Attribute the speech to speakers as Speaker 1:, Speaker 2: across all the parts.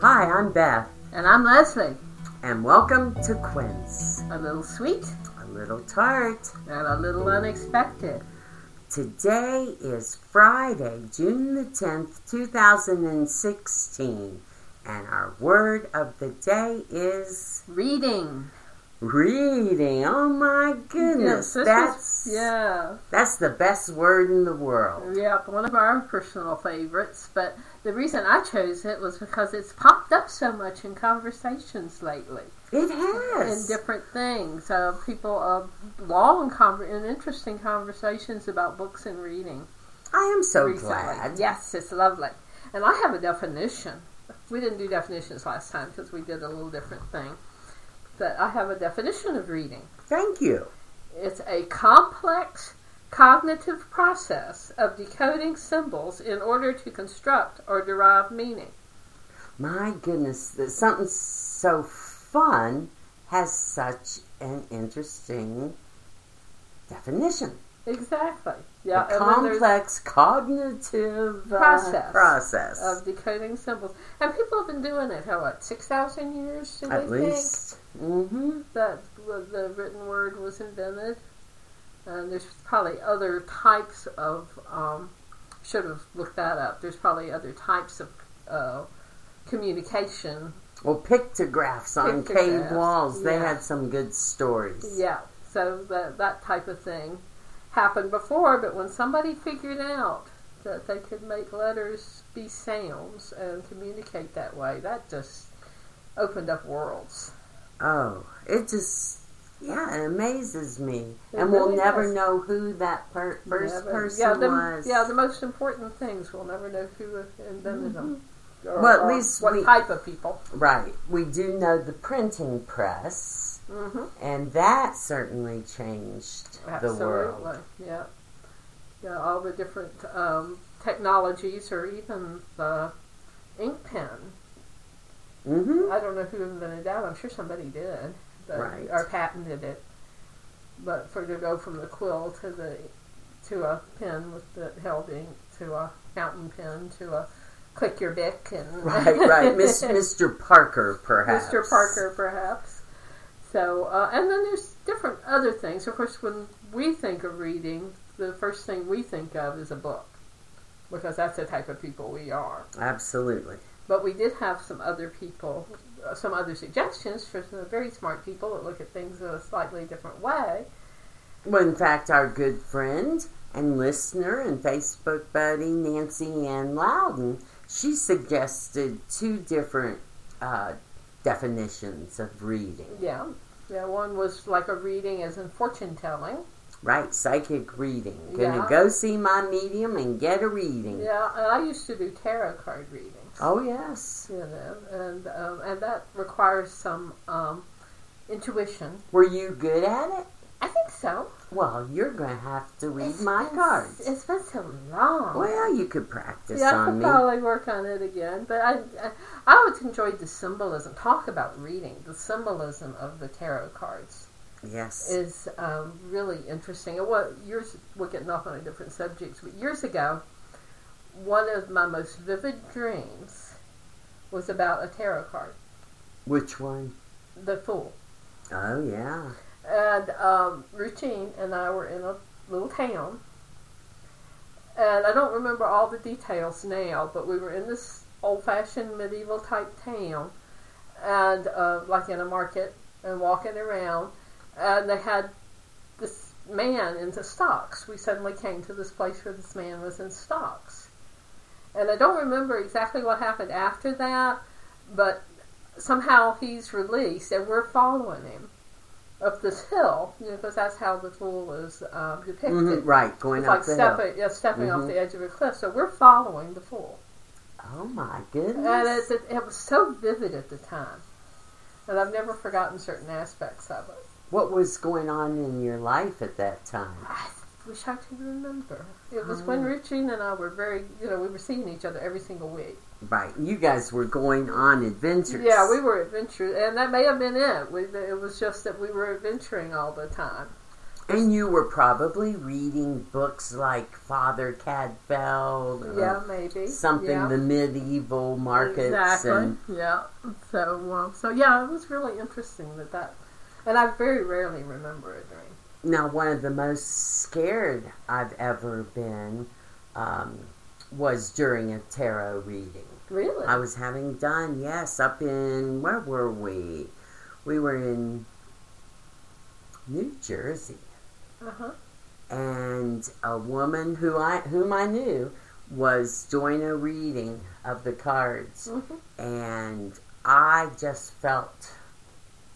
Speaker 1: Hi, I'm Beth,
Speaker 2: And I'm Leslie.
Speaker 1: and welcome to Quinn's.
Speaker 2: A little sweet
Speaker 1: A little tart.
Speaker 2: and a little unexpected.
Speaker 1: Today is Friday, June the 10th, 2016, and our word of the day is
Speaker 2: Reading.
Speaker 1: reading. Oh my goodness,
Speaker 2: Yes, this
Speaker 1: that's
Speaker 2: was- yeah.
Speaker 1: that's the best word in the world.
Speaker 2: Yep, one of our personal favorites. But the reason I chose it was because it's popped up so much in conversations lately
Speaker 1: It
Speaker 2: and
Speaker 1: has.
Speaker 2: different things. Uh, people, uh, long conver- and interesting conversations about books and reading.
Speaker 1: I am so
Speaker 2: recently.
Speaker 1: glad.
Speaker 2: Yes, it's lovely. And I have a definition. We didn't do definitions last time because we did a little different thing. But I have a definition of reading.
Speaker 1: Thank you.
Speaker 2: It's a complex cognitive process of decoding symbols in order to construct or derive meaning.
Speaker 1: My goodness, that something so fun has such an interesting definition.
Speaker 2: Exactly. Yeah.
Speaker 1: a
Speaker 2: and then there's
Speaker 1: complex cognitive uh,
Speaker 2: Process.
Speaker 1: process.
Speaker 2: of decoding symbols. And people have been doing it, how, what, 6,000 years, do
Speaker 1: at
Speaker 2: we
Speaker 1: least. Mm-hmm.
Speaker 2: think, that w- the written word was invented? And there's probably other types of, um, should have looked that up. There's probably other types of uh, communication
Speaker 1: Well, pictographs on
Speaker 2: Pictographs,
Speaker 1: cave walls, they
Speaker 2: yeah.
Speaker 1: had some good stories.
Speaker 2: Yeah, so that that type of thing happened before, but when somebody figured out that they could make letters be sounds and communicate that way, that just opened up worlds.
Speaker 1: Oh, it just, yeah, it amazes me.
Speaker 2: It
Speaker 1: and we'll
Speaker 2: really
Speaker 1: never
Speaker 2: does.
Speaker 1: know who that per- first
Speaker 2: Never-
Speaker 1: person
Speaker 2: yeah, the,
Speaker 1: was.
Speaker 2: Yeah, the most important things we'll never know who invented them. Or,
Speaker 1: Mm-hmm. Well, at
Speaker 2: or
Speaker 1: least
Speaker 2: what
Speaker 1: we-
Speaker 2: type of people.
Speaker 1: Right. We do know the printing press,
Speaker 2: hmm
Speaker 1: and that certainly changed
Speaker 2: Absolutely.
Speaker 1: Mm-hmm. the world.
Speaker 2: Yeah. Yeah, all the different um, technologies or even the ink pen
Speaker 1: Mm-hmm.
Speaker 2: I don't know who invented that. I'm sure somebody did, but,
Speaker 1: Right.
Speaker 2: or patented it. But for to go from the quill to the to a pen with the held ink to a fountain pen to a click your bick and
Speaker 1: Right, right. Miss, Mr. Parker, perhaps.
Speaker 2: Mr. Parker perhaps. So uh, and then there's different other things. Of course, when we think of reading, the first thing we think of is a book because that's the type of people we are.
Speaker 1: Absolutely.
Speaker 2: But we did have some other people, uh, some other suggestions for some very smart people that look at things in a slightly different way.
Speaker 1: Well, in fact, our good friend and listener and Facebook buddy Nancy Ann Loudon, she suggested two different uh, definitions of reading.
Speaker 2: Yeah. Yeah, one was like a reading as in fortune telling.
Speaker 1: Right, psychic reading. Gonna
Speaker 2: Yeah.
Speaker 1: go see my medium and get a reading.
Speaker 2: Yeah, and I used to do tarot card readings,
Speaker 1: Oh yes.
Speaker 2: you know, and um, and that requires some um, intuition.
Speaker 1: Were you good at it?
Speaker 2: I think so.
Speaker 1: Well, you're gonna have to read
Speaker 2: It's
Speaker 1: my
Speaker 2: been-
Speaker 1: cards.
Speaker 2: It's been so long.
Speaker 1: well, you could practice
Speaker 2: yeah, I
Speaker 1: on
Speaker 2: could
Speaker 1: me.
Speaker 2: probably work on it again. But I, I, I always enjoyed the symbolism. Talk about reading the symbolism of the tarot cards
Speaker 1: Yes.
Speaker 2: is um, really interesting. And what years we're getting off on a different subjects, but years ago, one of my most vivid dreams was about a tarot card,
Speaker 1: Which one?
Speaker 2: the Fool,
Speaker 1: Oh yeah.
Speaker 2: and um, Routine and I were in a little town, and I don't remember all the details now, but we were in this old-fashioned medieval type town, and uh, like in a market and walking around, and they had this man into stocks. We suddenly came to this place where this man was in stocks, and I don't remember exactly what happened after that, but somehow he's released and we're following him up this hill, you know, because that's how the fool is um, depicted.
Speaker 1: Mhm, Right, going
Speaker 2: It's
Speaker 1: up
Speaker 2: like
Speaker 1: the hill.
Speaker 2: stepping, yeah, stepping
Speaker 1: Mhm.
Speaker 2: off the edge of a cliff. So we're following the fool,
Speaker 1: Oh my goodness.
Speaker 2: and it's, it, it was so vivid at the time, and I've never forgotten certain aspects of it.
Speaker 1: What was going on in your life at that time?
Speaker 2: I wish I could remember. It was
Speaker 1: Mm.
Speaker 2: when Richine and I were very, you know, we were seeing each other every single week.
Speaker 1: Right, you guys were going on adventures.
Speaker 2: Yeah, we were adventurous, and that may have been it. We, it was just that we were adventuring all the time.
Speaker 1: And you were probably reading books like Father Cadfeld or
Speaker 2: Yeah, maybe
Speaker 1: Uh-huh. something,
Speaker 2: yeah.
Speaker 1: the medieval markets.
Speaker 2: Exactly.
Speaker 1: And
Speaker 2: Yeah. So um, so yeah, it was really interesting that that, and I very rarely remember a dream.
Speaker 1: Now, one of the most scared I've ever been um, was during a tarot reading.
Speaker 2: Really?
Speaker 1: I was having done, yes, up in, where were we? We were in New Jersey.
Speaker 2: uh-huh.
Speaker 1: And a woman who I, whom I knew was doing a reading of the cards.
Speaker 2: hmm
Speaker 1: And I just felt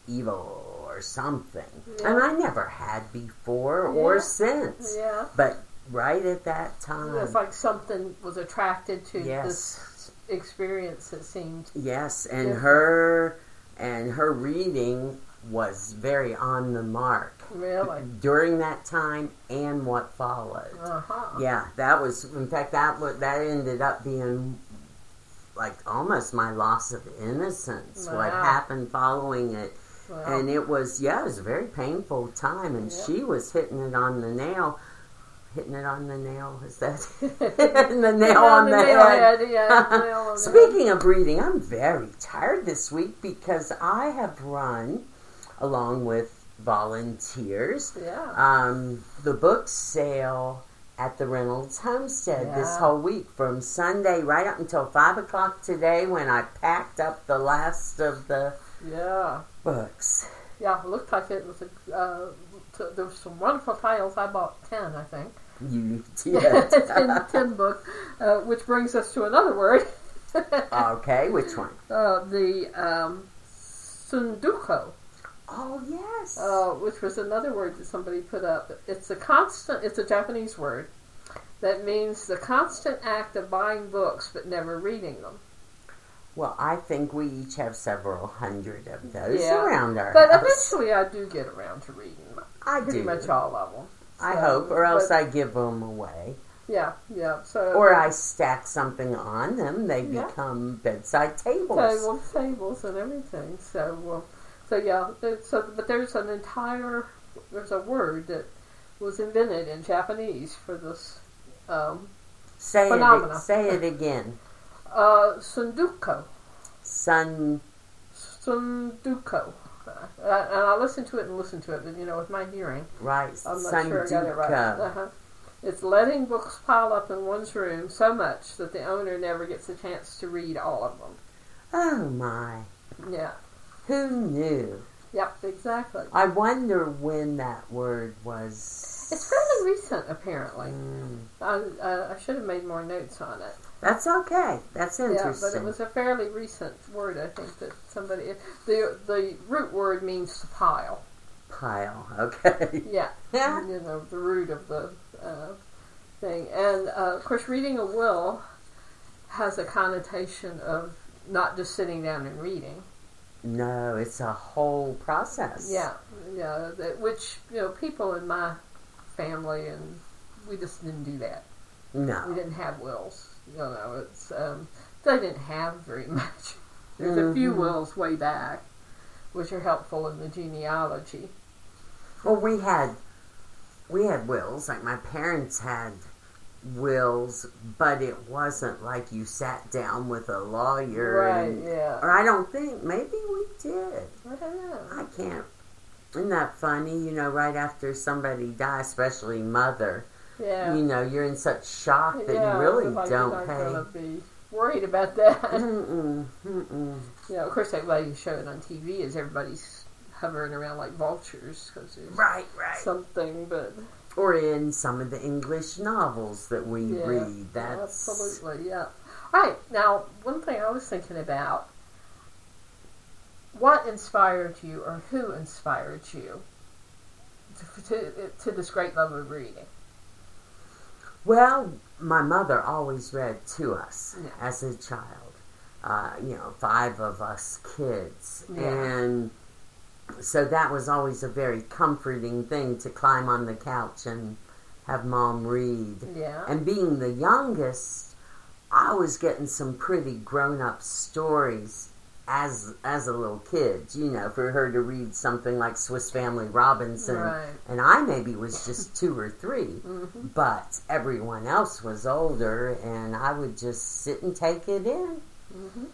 Speaker 1: evil or something.
Speaker 2: Yeah.
Speaker 1: And I never had before or
Speaker 2: Yeah.
Speaker 1: since.
Speaker 2: Yeah.
Speaker 1: But right at that time,
Speaker 2: It's like something was attracted to
Speaker 1: Um, Yes.
Speaker 2: this experience. It seemed.
Speaker 1: yes, and
Speaker 2: Yeah.
Speaker 1: her and her reading was very on the mark
Speaker 2: Really?
Speaker 1: during that time and what followed.
Speaker 2: Uh huh.
Speaker 1: Yeah, that was in fact that wa- that ended up being like almost my loss of innocence. What
Speaker 2: Wow.
Speaker 1: happened following it,
Speaker 2: Wow.
Speaker 1: and it was yeah, it was a very painful time, and
Speaker 2: Yep.
Speaker 1: she was hitting it on the nail. Hitting it on the nail, is that hitting the nail on the,
Speaker 2: nail
Speaker 1: head?
Speaker 2: head, yeah, nail on the
Speaker 1: Speaking of breathing, I'm very tired this week because I have run along with volunteers
Speaker 2: head. yeah.
Speaker 1: um, the book sale at the Reynolds Homestead this
Speaker 2: Yeah.
Speaker 1: whole week from Sunday right up until 5 o'clock today when I packed up the last of the
Speaker 2: yeah.
Speaker 1: books.
Speaker 2: Yeah, it looked like it was a. Uh, t- there was some wonderful titles. I bought ten, I think.
Speaker 1: You
Speaker 2: ten,
Speaker 1: did.
Speaker 2: ten books, uh, which brings us to another word. uh,
Speaker 1: okay, which one?
Speaker 2: the um, sunduko,
Speaker 1: Oh, yes.
Speaker 2: uh, which was another word that somebody put up. It's a constant. It's a Japanese word that means the constant act of buying books but never reading them.
Speaker 1: Well, I think we each have several hundred of those
Speaker 2: Yeah.
Speaker 1: around our
Speaker 2: But
Speaker 1: house.
Speaker 2: eventually, I do get around to reading them.
Speaker 1: I
Speaker 2: pretty
Speaker 1: do.
Speaker 2: much all of them.
Speaker 1: I
Speaker 2: So,
Speaker 1: hope, or
Speaker 2: but-
Speaker 1: else I give them away.
Speaker 2: yeah, yeah. So
Speaker 1: Or I stack something on them, they
Speaker 2: Yeah.
Speaker 1: become bedside tables.
Speaker 2: tables, tables, and everything. So, well, so yeah. it- So, but there's an entire there's a word that was invented in Japanese for this um,
Speaker 1: Say, it,
Speaker 2: Phenomena.
Speaker 1: say it again.
Speaker 2: uh, sunduko,
Speaker 1: Sun.
Speaker 2: sunduko. Uh, and I listened to it and listened to it, but you know, with my hearing,
Speaker 1: Right,
Speaker 2: I'm not
Speaker 1: Sun
Speaker 2: sure I got it right.
Speaker 1: Duca.
Speaker 2: Uh-huh. It's letting books pile up in one's room so much that the owner never gets a chance to read all of them.
Speaker 1: Oh my,
Speaker 2: Yeah.
Speaker 1: who knew?
Speaker 2: Yep. Exactly.
Speaker 1: I wonder when that word was.
Speaker 2: It's fairly recent, apparently.
Speaker 1: Mm.
Speaker 2: I, I, I should have made more notes on it.
Speaker 1: That's okay. That's
Speaker 2: Yeah,
Speaker 1: interesting.
Speaker 2: but it was a fairly recent word. I think that somebody the the root word means to pile.
Speaker 1: Pile. Okay.
Speaker 2: Yeah,
Speaker 1: Yeah.
Speaker 2: you know the root of the uh, thing. And uh, of course, reading a will has a connotation of not just sitting down and reading.
Speaker 1: No, it's a whole process.
Speaker 2: Yeah, yeah. That, which you know, people in my family and we just didn't do that. We
Speaker 1: No.
Speaker 2: didn't have wills. You know, it's um, they didn't have very much. There's a few
Speaker 1: Mhm.
Speaker 2: wills way back, which are helpful in the genealogy.
Speaker 1: Well, we had we had wills. Like my parents had wills, but it wasn't like you sat down with a lawyer. and-
Speaker 2: Yeah.
Speaker 1: Or I don't think. Maybe we did.
Speaker 2: I don't know.
Speaker 1: I can't. Isn't that funny? You know, right after somebody dies, especially mother,
Speaker 2: Yeah.
Speaker 1: you know, you're in such shock that
Speaker 2: yeah,
Speaker 1: you really
Speaker 2: like
Speaker 1: don't
Speaker 2: you're not
Speaker 1: pay.
Speaker 2: gonna be worried about that.
Speaker 1: Mm-mm, mm-mm.
Speaker 2: yeah. Of course, that way you show it on TV is everybody's hovering around like vultures because there's
Speaker 1: Right, right.
Speaker 2: something. But
Speaker 1: or in some of the English novels that we
Speaker 2: Yeah,
Speaker 1: read. That's
Speaker 2: Absolutely, yeah. All right, now, one thing I was thinking about what inspired you or who inspired you to, to, to this great love of reading?
Speaker 1: Well, my mother always read to us
Speaker 2: Yeah.
Speaker 1: as a child. Uh, you know, five of us kids.
Speaker 2: Yeah.
Speaker 1: And so that was always a very comforting thing to climb on the couch and have mom read.
Speaker 2: Yeah.
Speaker 1: And being the youngest, I was getting some pretty grown up stories as as a little kid, you know, for her to read something like Swiss Family Robinson,
Speaker 2: Right. Mm-hmm,
Speaker 1: and I maybe was just two or 3 but everyone else was older, and I would just sit and take it in.
Speaker 2: hmm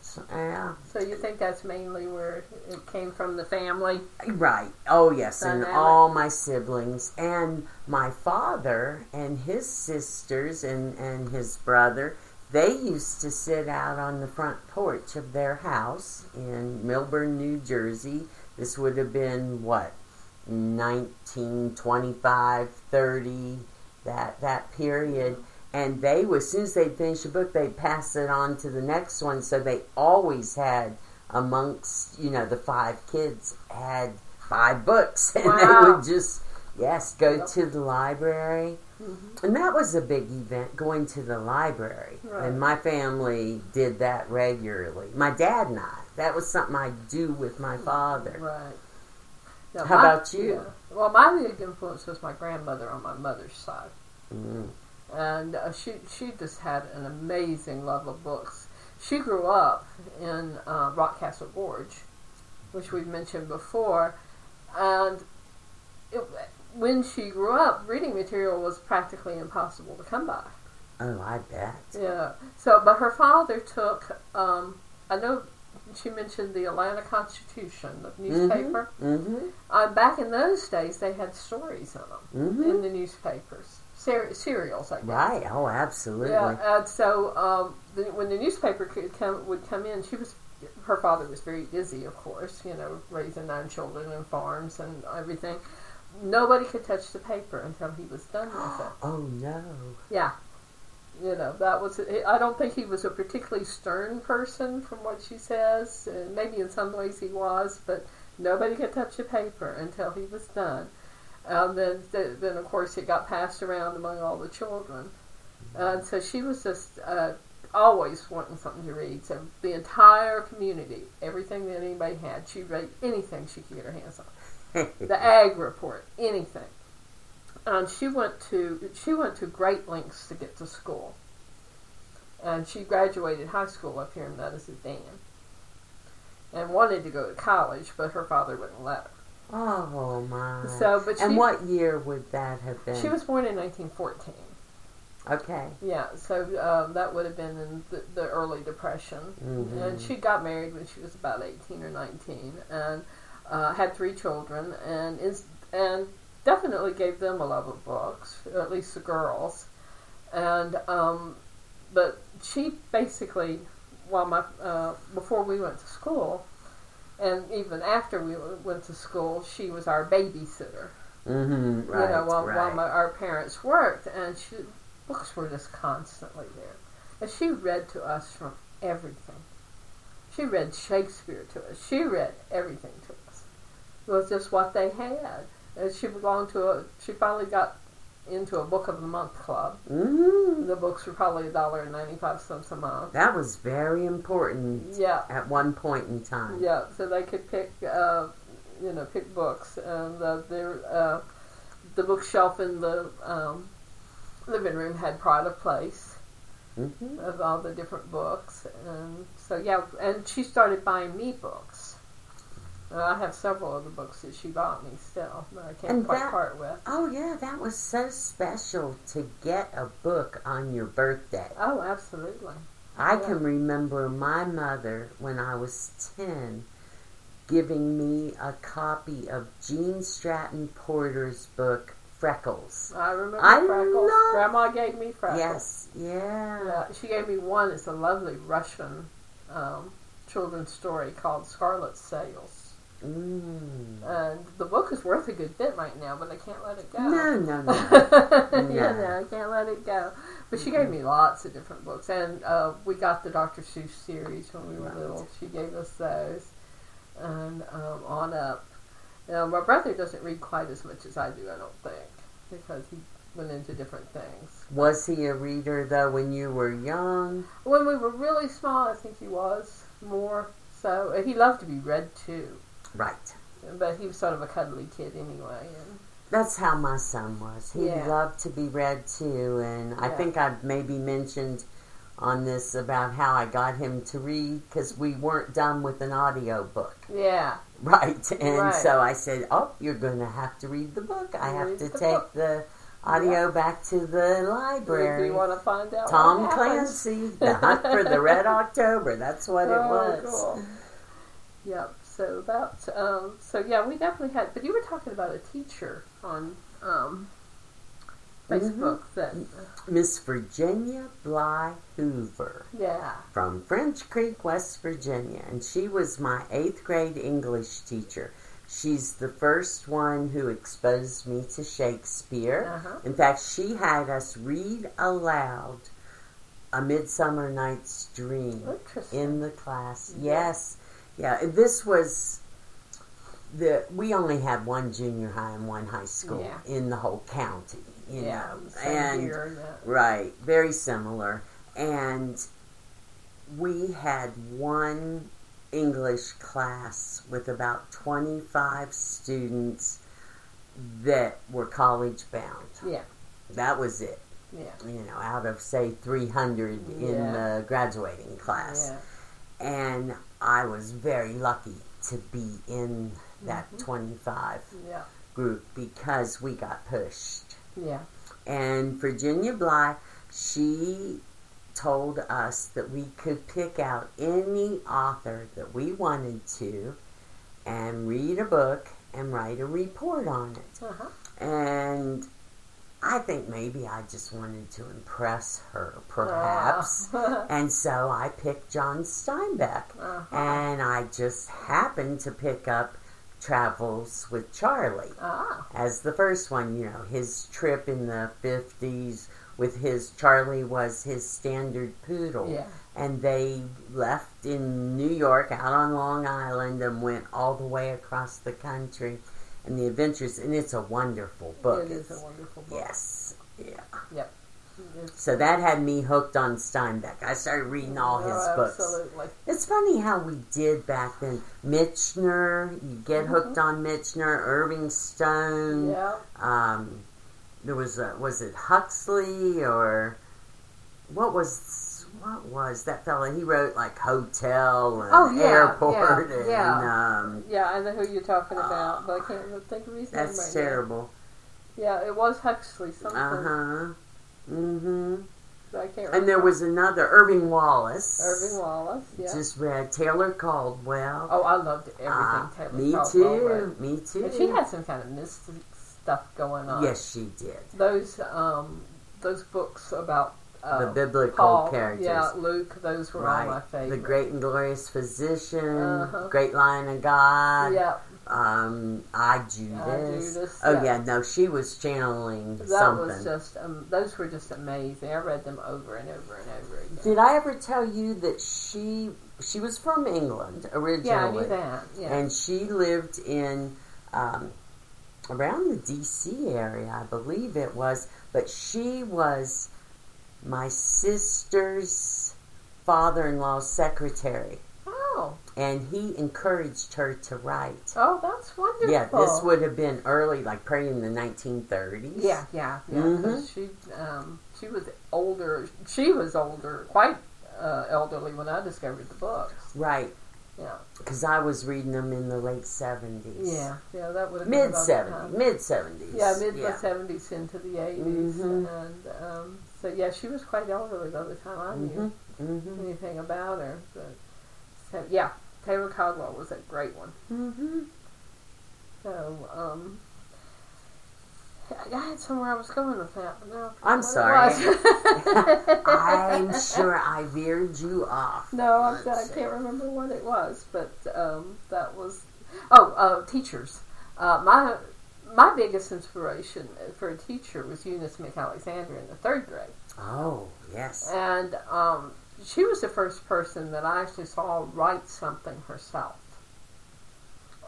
Speaker 1: So, yeah,
Speaker 2: So you think that's mainly where it came from the family?
Speaker 1: right. Oh yes, and
Speaker 2: Dynamic.
Speaker 1: all my siblings and my father and his sisters and and his brother. They used to sit out on the front porch of their house in Milburn, New Jersey. This would have been what 19, 25, 30, that that period. And they, would- as soon as they finished a book, they pass it on to the next one. So they always had amongst you know the five kids had five books, and they
Speaker 2: Wow.
Speaker 1: would just yes go
Speaker 2: Yep.
Speaker 1: to the library.
Speaker 2: Mhm.
Speaker 1: And that was a big event, going to the library.
Speaker 2: Right.
Speaker 1: And my family did that regularly. My dad and I. That was something I do with my father.
Speaker 2: Right. Now,
Speaker 1: How about you?
Speaker 2: yeah. Well, my big influence was my grandmother on my mother's side.
Speaker 1: Mm.
Speaker 2: and uh, she she just had an amazing love of books. She grew up in uh, Rockcastle Gorge, which we've mentioned before, and it, when she grew up, reading material was practically impossible to come by.
Speaker 1: Oh, I bet.
Speaker 2: Yeah. So, but her father took. Um, I know she mentioned the Atlanta Constitution, the newspaper.
Speaker 1: Mm-hmm.
Speaker 2: Uh, back in those days, they had stories in them
Speaker 1: Mm-hmm.
Speaker 2: in the newspapers, Ser- serials, I guess.
Speaker 1: Right. Oh, absolutely.
Speaker 2: Yeah, and so um, the, when the newspaper could come, would come in, she was, her father was very busy, of course, you know, raising nine children and farms and everything. Nobody could touch the paper until he was done with it.
Speaker 1: Oh no.
Speaker 2: Yeah, you know, that was. I don't think he was a particularly stern person, from what she says. Uh, maybe in some ways he was, but nobody could touch the paper until he was done. And then, th- then of course, it got passed around among all the children. And so she was just uh, always wanting something to read. So the entire community, everything that anybody had, she read anything she could get her hands on the ag report, anything. Um, she went to she went to great lengths to get to school, and she graduated high school up here in Medicine Dan, and wanted to go to college, but her father wouldn't let her.
Speaker 1: oh my.
Speaker 2: So, but
Speaker 1: and
Speaker 2: she-
Speaker 1: what year would that have been?
Speaker 2: She was born in 1914.
Speaker 1: okay.
Speaker 2: Yeah, so um, that would have been in the, the early depression,
Speaker 1: Mhm.
Speaker 2: and she got married when she was about 18 or 19, and uh, had three children, and is and definitely gave them a love of books, at least the girls, and um, but she basically, while my uh, before we went to school, and even after we w- went to school, she was our babysitter
Speaker 1: Mm-hmm. Right.
Speaker 2: you know, while,
Speaker 1: right.
Speaker 2: while my, our parents worked, and she, books were just constantly there. And she read to us from everything. She read Shakespeare to us. She read everything to us. It was just what they had. And she belonged to a, she finally got into a book of the month club.
Speaker 1: mm
Speaker 2: The books were probably a dollar and ninety-five cents a month.
Speaker 1: That was very important
Speaker 2: Yeah,
Speaker 1: at one point in time.
Speaker 2: yeah. So they could pick, uh, you know, pick books, and uh, their uh, the bookshelf in the um, living room had pride of place
Speaker 1: Mm-hmm.
Speaker 2: of all the different books, and so yeah. And she started buying me books. And I have several of the books that she bought me still that I can't
Speaker 1: And
Speaker 2: quite
Speaker 1: that-
Speaker 2: part with.
Speaker 1: Oh yeah, that was so special to get a book on your birthday.
Speaker 2: Oh, absolutely.
Speaker 1: I
Speaker 2: Yeah.
Speaker 1: can remember my mother when I was 10 giving me a copy of Gene Stratton Porter's book Freckles.
Speaker 2: I remember
Speaker 1: I
Speaker 2: Freckles.
Speaker 1: love-
Speaker 2: Grandma gave me Freckles.
Speaker 1: Yes, yeah.
Speaker 2: Yeah, she gave me one. It's a lovely Russian um, children's story called Scarlet Sails.
Speaker 1: Mm.
Speaker 2: And the book is worth a good bit right now, but I can't let it go.
Speaker 1: No, no, no.
Speaker 2: you
Speaker 1: No.
Speaker 2: know, I can't let it go. But she gave me lots of different books, and uh, we got the Dr. Seuss series when we were
Speaker 1: Right.
Speaker 2: little. She gave us those, and um, on up. Now, my brother doesn't read quite as much as I do, I don't think, because he went into different things.
Speaker 1: was he a reader though when you were young?
Speaker 2: When we were really small, I think he was more so. And He loved to be read too,
Speaker 1: Right.
Speaker 2: but he was sort of a cuddly kid anyway. And
Speaker 1: That's how my son was. He
Speaker 2: Yeah.
Speaker 1: loved to be read to, and I
Speaker 2: Yeah.
Speaker 1: think I've maybe mentioned on this about how I got him to read because we weren't done with an audio book.
Speaker 2: Yeah.
Speaker 1: Right. And
Speaker 2: Right.
Speaker 1: so I said, Oh, you're going to have to read the book. I have
Speaker 2: Read
Speaker 1: to
Speaker 2: the
Speaker 1: take
Speaker 2: book."
Speaker 1: the audio back to the
Speaker 2: Do
Speaker 1: library.
Speaker 2: you want to find out?
Speaker 1: Tom
Speaker 2: what happened?
Speaker 1: Clancy, The Hunt for the Red October. That's what it
Speaker 2: Oh,
Speaker 1: was.
Speaker 2: cool. Yep. So that. Um, so yeah, we definitely had. But you were talking about a teacher on um,
Speaker 1: Mm-hmm.
Speaker 2: Facebook that.
Speaker 1: Miss Virginia Bly Hoover
Speaker 2: Yeah.
Speaker 1: from French Creek, West Virginia. And she was my eighth grade English teacher. She's the first one who exposed me to Shakespeare.
Speaker 2: Uh huh.
Speaker 1: In fact, she had us read aloud A Midsummer Night's Dream
Speaker 2: Interesting.
Speaker 1: in the class.
Speaker 2: Yeah.
Speaker 1: Yes. Yeah, and this was the we only had one junior high and one high school
Speaker 2: Yeah.
Speaker 1: in the whole county, you
Speaker 2: yeah.
Speaker 1: know.
Speaker 2: same
Speaker 1: And
Speaker 2: here and that.
Speaker 1: right, very similar. And we had one English class with about 25 students that were college bound.
Speaker 2: Yeah.
Speaker 1: That was it.
Speaker 2: Yeah.
Speaker 1: You know, out of say 300 in
Speaker 2: Yeah.
Speaker 1: the graduating class.
Speaker 2: Yeah.
Speaker 1: And I was very lucky to be in that
Speaker 2: Mm-hmm.
Speaker 1: 25
Speaker 2: Yeah.
Speaker 1: group because we got pushed.
Speaker 2: Yeah.
Speaker 1: And Virginia Bly, she told us that we could pick out any author that we wanted to and read a book and write a report on it.
Speaker 2: Uh huh.
Speaker 1: And I think maybe I just wanted to impress her, perhaps.
Speaker 2: Uh
Speaker 1: And so I picked John Steinbeck.
Speaker 2: huh.
Speaker 1: And I just happened to pick up Travels with Charlie
Speaker 2: Ah.
Speaker 1: as the first one, you know, his trip in the 50s with his Charlie was his standard poodle.
Speaker 2: Yeah.
Speaker 1: And they left in New York out on Long Island and went all the way across the country and the adventures and it's a wonderful book.
Speaker 2: It is
Speaker 1: It's-
Speaker 2: a wonderful book. Mm-hmm.
Speaker 1: yes. Yeah.
Speaker 2: It's-
Speaker 1: So that had me hooked on Steinbeck. I started reading all his
Speaker 2: oh,
Speaker 1: books.
Speaker 2: Absolutely.
Speaker 1: It's funny how we did back then. Mitchner, you get
Speaker 2: Mhm.
Speaker 1: hooked on Mitchner, Irving Stone
Speaker 2: Yeah.
Speaker 1: um, there was a, was it Huxley or what was what was that fella? He wrote like hotel and
Speaker 2: Oh, yeah,
Speaker 1: airport
Speaker 2: yeah,
Speaker 1: and
Speaker 2: yeah.
Speaker 1: Um,
Speaker 2: Yeah, I know who you're talking
Speaker 1: Uh,
Speaker 2: about, but I can't even think of his
Speaker 1: that's
Speaker 2: name right
Speaker 1: terrible.
Speaker 2: now. Yeah, it was Huxley
Speaker 1: Uh
Speaker 2: something.
Speaker 1: huh. Mm-hmm.
Speaker 2: but I can't.
Speaker 1: And there
Speaker 2: remember.
Speaker 1: was another Irving Wallace.
Speaker 2: Irving Wallace. Yeah.
Speaker 1: Just read Taylor Caldwell.
Speaker 2: oh, I loved everything
Speaker 1: Uh,
Speaker 2: Taylor
Speaker 1: me
Speaker 2: Caldwell
Speaker 1: too.
Speaker 2: wrote.
Speaker 1: Me too.
Speaker 2: And she had some kind of mystic stuff going on.
Speaker 1: yes, she did.
Speaker 2: Those um those books about uh,
Speaker 1: The biblical
Speaker 2: Paul,
Speaker 1: characters.
Speaker 2: Yeah, Luke. Those were all my
Speaker 1: The
Speaker 2: favorite.
Speaker 1: Great and Glorious Physician,
Speaker 2: Uh-huh.
Speaker 1: Great Lion of God,
Speaker 2: Yeah.
Speaker 1: um, I Judas.
Speaker 2: I Judas,
Speaker 1: Oh
Speaker 2: yeah.
Speaker 1: yeah. no, she was channeling
Speaker 2: That
Speaker 1: something.
Speaker 2: was just um, those were just amazing. I read them over and over and over again.
Speaker 1: Did I ever tell you that she she was from England originally?
Speaker 2: Yeah, I knew that. Yeah.
Speaker 1: And she lived in um, around the D.C. area, I believe it was. But she was my sister's father-in-law's secretary,
Speaker 2: oh,
Speaker 1: and he encouraged her to write.
Speaker 2: oh, that's wonderful.
Speaker 1: Yeah, this would have been early, like probably in the 1930s.
Speaker 2: Yeah, yeah, yeah.
Speaker 1: Mm-hmm.
Speaker 2: 'cause She um, she was older. She was older, quite uh, elderly when I discovered the books.
Speaker 1: Right.
Speaker 2: Yeah,
Speaker 1: Because I was reading them in the late 70s.
Speaker 2: yeah, yeah. That would have been
Speaker 1: Mid
Speaker 2: about the time.
Speaker 1: 70s. Mid 70s.
Speaker 2: Yeah, mid the seventies into the 80s
Speaker 1: Mhm.
Speaker 2: and um, so yeah, she was quite elderly by the time I
Speaker 1: hmm
Speaker 2: knew
Speaker 1: hmm
Speaker 2: anything about her. But so yeah, Taylor Caldwell was a great one.
Speaker 1: hmm
Speaker 2: So, um, I I had somewhere I was going with that, but now I
Speaker 1: I'm
Speaker 2: forgot
Speaker 1: sorry.
Speaker 2: what it was.
Speaker 1: I'm sure I veered you off.
Speaker 2: no, I'm, I
Speaker 1: Let's see.
Speaker 2: can't remember what it was, but um, that was. Oh, uh, teachers. Uh, my my biggest inspiration for a teacher was Eunice McAlexander in the third grade,
Speaker 1: Oh, yes.
Speaker 2: and um, she was the first person that I actually saw write something herself.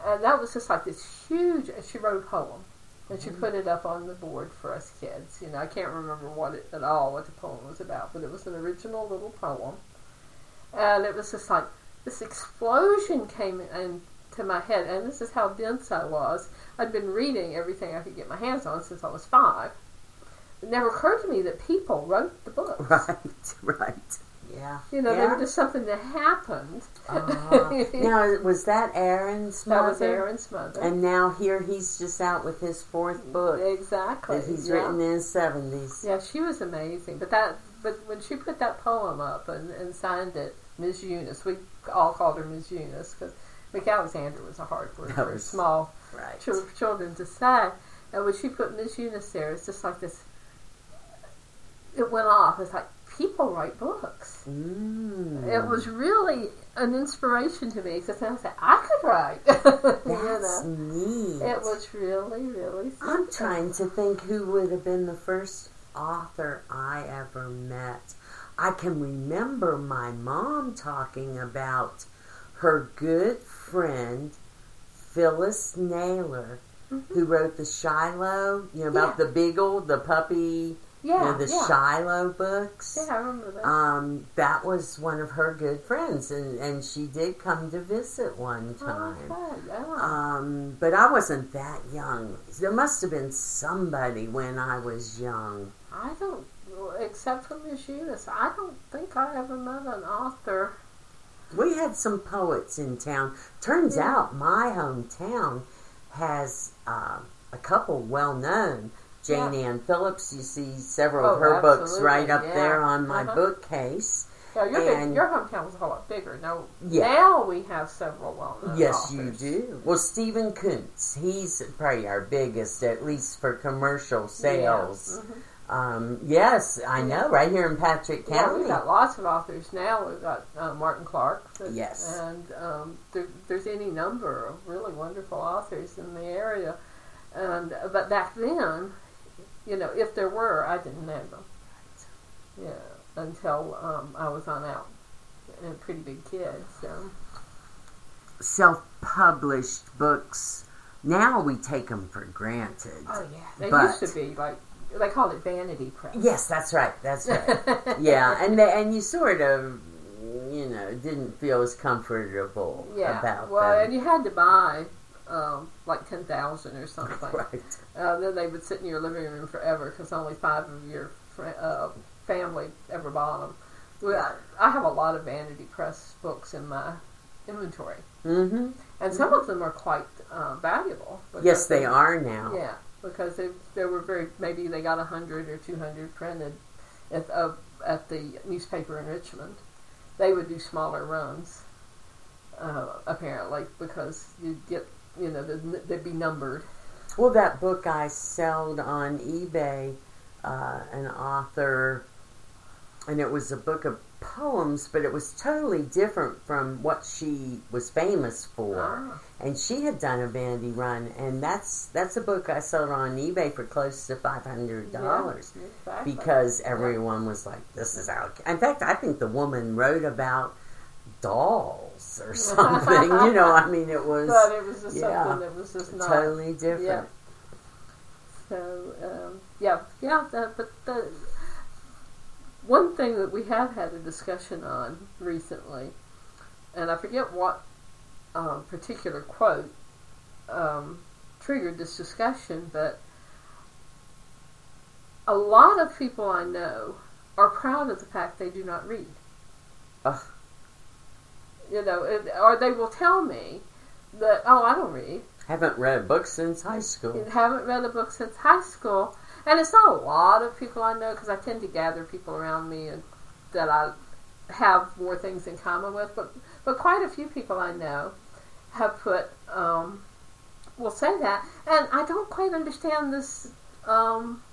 Speaker 2: And that was just like this huge. And she wrote a poem. And she put it up on the board for us kids. You know, I can't remember what it, at all what the poem was about, but it was an original little poem, and it was just like this explosion came into my head, and this is how dense I was. I'd been reading everything I could get my hands on since I was five. It never occurred to me that people wrote the books.
Speaker 1: Right, right. Yeah.
Speaker 2: You know, they
Speaker 1: yeah.
Speaker 2: were just something that happened.
Speaker 1: Ah. now, was that Aaron's
Speaker 2: That
Speaker 1: mother?
Speaker 2: was Aaron's mother.
Speaker 1: And now here he's just out with his fourth book
Speaker 2: exactly.
Speaker 1: that he's
Speaker 2: yeah.
Speaker 1: written in his 70s.
Speaker 2: Yeah, she was amazing. But that, but when she put that poem up and, and signed it, Ms. Eunice, we all called her Ms. Eunice because McAlexander was a hard word
Speaker 1: That
Speaker 2: for
Speaker 1: was-
Speaker 2: small
Speaker 1: Right.
Speaker 2: chil- children to say. And when she put Ms. Eunice there, it's just like this. It went off. It's like people write books.
Speaker 1: Mm.
Speaker 2: It was really an inspiration to me because I said I could write. you
Speaker 1: That's
Speaker 2: know,
Speaker 1: neat.
Speaker 2: it was really, really.
Speaker 1: I'm
Speaker 2: something.
Speaker 1: trying to think who would have been the first author I ever met. I can remember my mom talking about her good friend Phyllis Naylor,
Speaker 2: Mhm.
Speaker 1: who wrote the Shiloh, you know, about the Beagle, the puppy,
Speaker 2: Yeah,
Speaker 1: you know, the
Speaker 2: yeah.
Speaker 1: Shiloh books.
Speaker 2: Yeah, I remember that.
Speaker 1: Um, that was one of her good friends, and, and she did come to visit one
Speaker 2: Oh,
Speaker 1: time.
Speaker 2: Okay, yeah.
Speaker 1: Um, but I wasn't that young. There must have been somebody when I was young.
Speaker 2: I don't, except for Miss Eunice, I don't think I ever met an author.
Speaker 1: We had some poets in town. Turns
Speaker 2: Yeah.
Speaker 1: out my hometown has uh, a couple well known. Jane Ann Phillips, you see several
Speaker 2: Oh,
Speaker 1: of her books
Speaker 2: absolutely,
Speaker 1: right up
Speaker 2: yeah.
Speaker 1: there on my
Speaker 2: Uh-huh.
Speaker 1: bookcase.
Speaker 2: Now, your, big-
Speaker 1: And-
Speaker 2: your hometown was a whole lot bigger. Now,
Speaker 1: Yeah.
Speaker 2: now we have several well-known
Speaker 1: Yes, you
Speaker 2: authors.
Speaker 1: do. Well, Stephen Kuntz, he's probably our biggest, at least for commercial sales.
Speaker 2: Yeah. mhm.
Speaker 1: Um, yes, I know, right here in Patrick
Speaker 2: Yeah,
Speaker 1: County.
Speaker 2: we've got lots of authors now. We've got uh, Martin Clark. that-
Speaker 1: Yes.
Speaker 2: And um, there, there's any number of really wonderful authors in the area. And uh, But back then, you know, if there were, I didn't know them. Yeah, until um, I was on out and a pretty big kid. So
Speaker 1: self published books, now we take them for granted.
Speaker 2: oh yeah, they
Speaker 1: But-
Speaker 2: used to be like they called it vanity press.
Speaker 1: Yes, that's right. That's right. yeah, and the, and you sort of, you know, didn't feel as comfortable
Speaker 2: yeah.
Speaker 1: about
Speaker 2: well,
Speaker 1: them.
Speaker 2: and you had to buy um, like ten thousand or something.
Speaker 1: right.
Speaker 2: Uh, then they would sit in your living room forever because only five of your fr- uh, family ever bought them. Well, I, I have a lot of vanity press books in my inventory,
Speaker 1: hmm
Speaker 2: and some of them are quite uh, valuable.
Speaker 1: Yes,
Speaker 2: because
Speaker 1: they are now.
Speaker 2: Yeah, because they there were very maybe they got hundred or two hundred printed at uh, at the newspaper in Richmond. They would do smaller runs, uh, apparently, because you'd get you know they'd, they'd be numbered.
Speaker 1: Well, that book I sold on eBay, uh, an author, and it was a book of poems, but it was totally different from what she was famous for.
Speaker 2: Ah.
Speaker 1: and she had done a vanity run and that's that's a book i sold on ebay for close to $500
Speaker 2: Yeah, exactly.
Speaker 1: because everyone was like this is out in fact i think the woman wrote about dolls or something you know i mean it was
Speaker 2: but it was just
Speaker 1: yeah,
Speaker 2: something that was just not
Speaker 1: totally different
Speaker 2: So um, yeah, yeah. The, but the one thing that we have had a discussion on recently, and I forget what um, particular quote um, triggered this discussion, but a lot of people I know are proud of the fact they do not read.
Speaker 1: Ugh.
Speaker 2: You know, it, or they will tell me that oh, I don't read
Speaker 1: haven't read a book since high school
Speaker 2: and haven't read a book since high school. And it's not a lot of people I know because I tend to gather people around me and that I have more things in common with. But but quite a few people I know have put um, will say that, and I don't quite understand this. Um,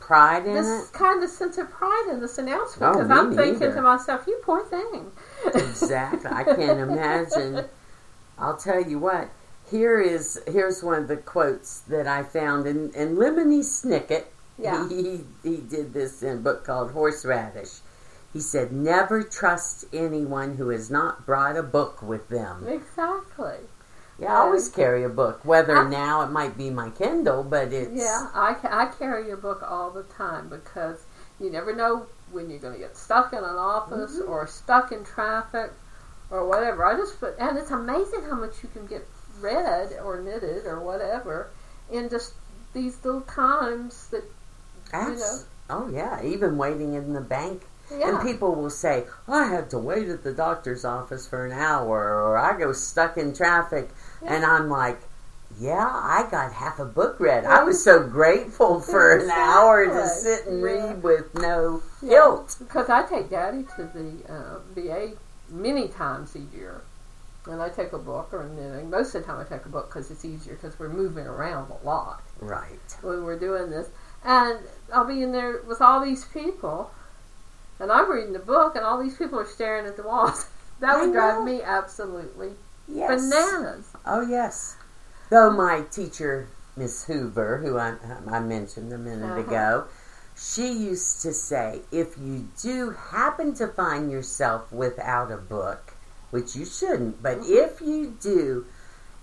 Speaker 1: pride in
Speaker 2: this
Speaker 1: it
Speaker 2: kind of sense of pride in this announcement
Speaker 1: Mm-hmm. Oh,
Speaker 2: because
Speaker 1: me
Speaker 2: I'm thinking
Speaker 1: neither.
Speaker 2: to myself, "You poor thing."
Speaker 1: exactly i can't imagine i'll tell you what here is here's one of the quotes that i found in, in lemony snicket
Speaker 2: Yeah.
Speaker 1: He, he did this in a book called Horseradish. He said, Never trust anyone who has not brought a book with them.
Speaker 2: exactly.
Speaker 1: Yeah, I always
Speaker 2: Right.
Speaker 1: carry a book, whether
Speaker 2: I-
Speaker 1: now it might be my Kindle, but it's.
Speaker 2: Yeah, I, ca- I carry a book all the time because you never know when you're going to get stuck in an office or stuck in traffic or whatever. I just put, and it's amazing how much you can get read or knitted or whatever in just these little times that
Speaker 1: abs-
Speaker 2: know.
Speaker 1: Oh, yeah, even waiting in the bank.
Speaker 2: Yeah.
Speaker 1: And people will say, "Oh, I had to wait at the doctor's office for an hour, or I go stuck in traffic.
Speaker 2: Yeah.
Speaker 1: And I'm like, yeah, I got half a book read. I was so grateful for an hour to
Speaker 2: Exactly.
Speaker 1: sit and
Speaker 2: Yeah.
Speaker 1: read with no
Speaker 2: Yeah.
Speaker 1: guilt.
Speaker 2: Because I take Daddy to the uh, VA many times a year, and I take a book, or and then most of the time I take a book because it's easier because we're moving around a lot
Speaker 1: Right.
Speaker 2: when we're doing this. And I'll be in there with all these people, and I'm reading the book, and all these people are staring at the walls. That
Speaker 1: I
Speaker 2: would
Speaker 1: know.
Speaker 2: drive me absolutely
Speaker 1: Yes.
Speaker 2: bananas.
Speaker 1: Oh, yes. Though my teacher, Miss Hoover, who I, I mentioned a minute
Speaker 2: Uh-huh.
Speaker 1: ago, she used to say, if you do happen to find yourself without a book, which you shouldn't, but
Speaker 2: Mm-hmm.
Speaker 1: if you do,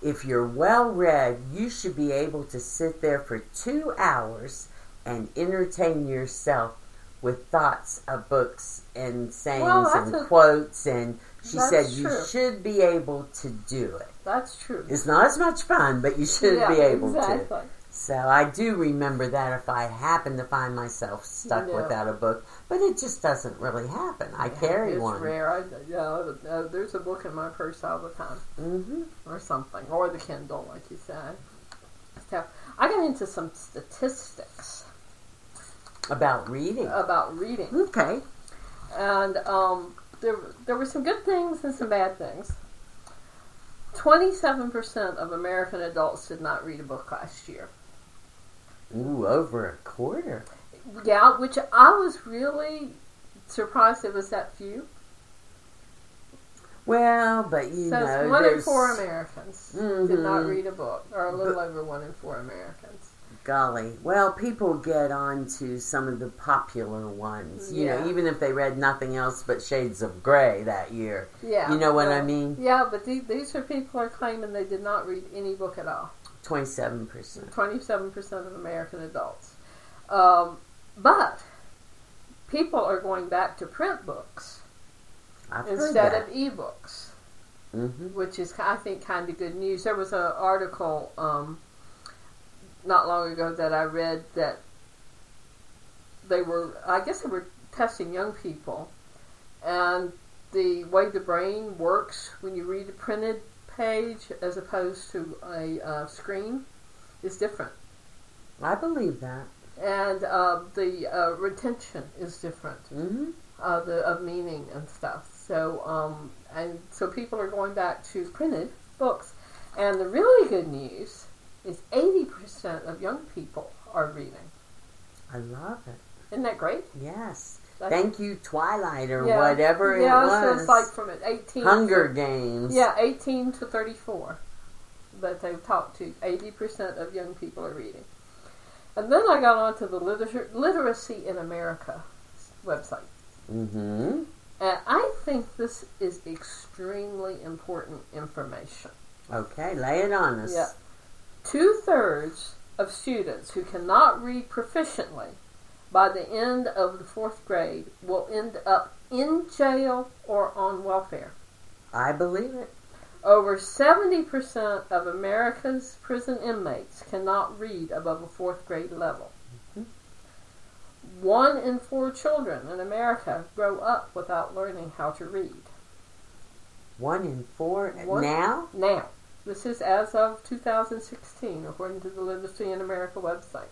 Speaker 1: if you're well read, you should be able to sit there for two hours and entertain yourself with thoughts of books and sayings
Speaker 2: that's
Speaker 1: and
Speaker 2: a-
Speaker 1: quotes. And she
Speaker 2: that's
Speaker 1: said, you
Speaker 2: true.
Speaker 1: should be able to do it.
Speaker 2: That's true.
Speaker 1: It's not as much fun, but you should
Speaker 2: Yeah,
Speaker 1: be able to.
Speaker 2: exactly.
Speaker 1: So I do remember that if I happen to find myself stuck
Speaker 2: Yeah.
Speaker 1: without a book, but it just doesn't really happen. I carry
Speaker 2: it's
Speaker 1: one.
Speaker 2: rare. I, yeah, uh, there's a book in my purse all the time.
Speaker 1: Mm-hmm.
Speaker 2: or something, or the Kindle, like you said. So I got into some statistics
Speaker 1: About reading.
Speaker 2: about reading,
Speaker 1: okay.
Speaker 2: and um, there there were some good things and some bad things. Twenty-seven percent of American adults did not read a book last year.
Speaker 1: Ooh, over a quarter.
Speaker 2: Yeah, which I was really surprised it was that few.
Speaker 1: Well, but you
Speaker 2: so
Speaker 1: know,
Speaker 2: it's one in
Speaker 1: there's-
Speaker 2: four Americans did not
Speaker 1: Mhm.
Speaker 2: read a book, or a little over one in four Americans.
Speaker 1: golly. Well, people get on to some of the popular ones. You
Speaker 2: Yeah.
Speaker 1: know, even if they read nothing else but Shades of Grey that year.
Speaker 2: Yeah,
Speaker 1: you know what I
Speaker 2: but-
Speaker 1: mean?
Speaker 2: Yeah, but these, these are people are claiming they did not read any book at all.
Speaker 1: Twenty-seven percent.
Speaker 2: 27% of American adults. Um, but people are going back to print books
Speaker 1: I've heard
Speaker 2: instead
Speaker 1: that.
Speaker 2: of ebooks,
Speaker 1: mm-hmm.
Speaker 2: which is, I think, kind of good news. There was an article um, not long ago that I read that they were, I guess, they were testing young people, and the way the brain works when you read a printed page as opposed to a uh, screen is different.
Speaker 1: I believe that.
Speaker 2: and uh, the uh, retention is different
Speaker 1: Mm-hmm.
Speaker 2: uh, the, of meaning and stuff. So um, and so people are going back to printed books, and the really good news is eighty percent of young people are reading.
Speaker 1: I love it.
Speaker 2: Isn't that great?
Speaker 1: Yes.
Speaker 2: That's-
Speaker 1: Thank you, Twilight, or
Speaker 2: Yeah.
Speaker 1: whatever
Speaker 2: yeah,
Speaker 1: it was.
Speaker 2: so it's like from an eighteen
Speaker 1: Hunger
Speaker 2: To,
Speaker 1: Games.
Speaker 2: yeah, eighteen to thirty-four. That they've talked to, eighty percent of young people are reading. And then I got onto the literature, literacy in America website.
Speaker 1: Mm-hmm.
Speaker 2: And I think this is extremely important information.
Speaker 1: Okay, lay it on us.
Speaker 2: Yeah. Two thirds of students who cannot read proficiently by the end of the fourth grade will end up in jail or on welfare.
Speaker 1: I believe it.
Speaker 2: Over 70% of America's prison inmates cannot read above a fourth grade level.
Speaker 1: Mhm.
Speaker 2: One in four children in America grow up without learning how to read.
Speaker 1: One in four
Speaker 2: One-
Speaker 1: now?
Speaker 2: Now, this is as of 2016, according to the Literacy in America website.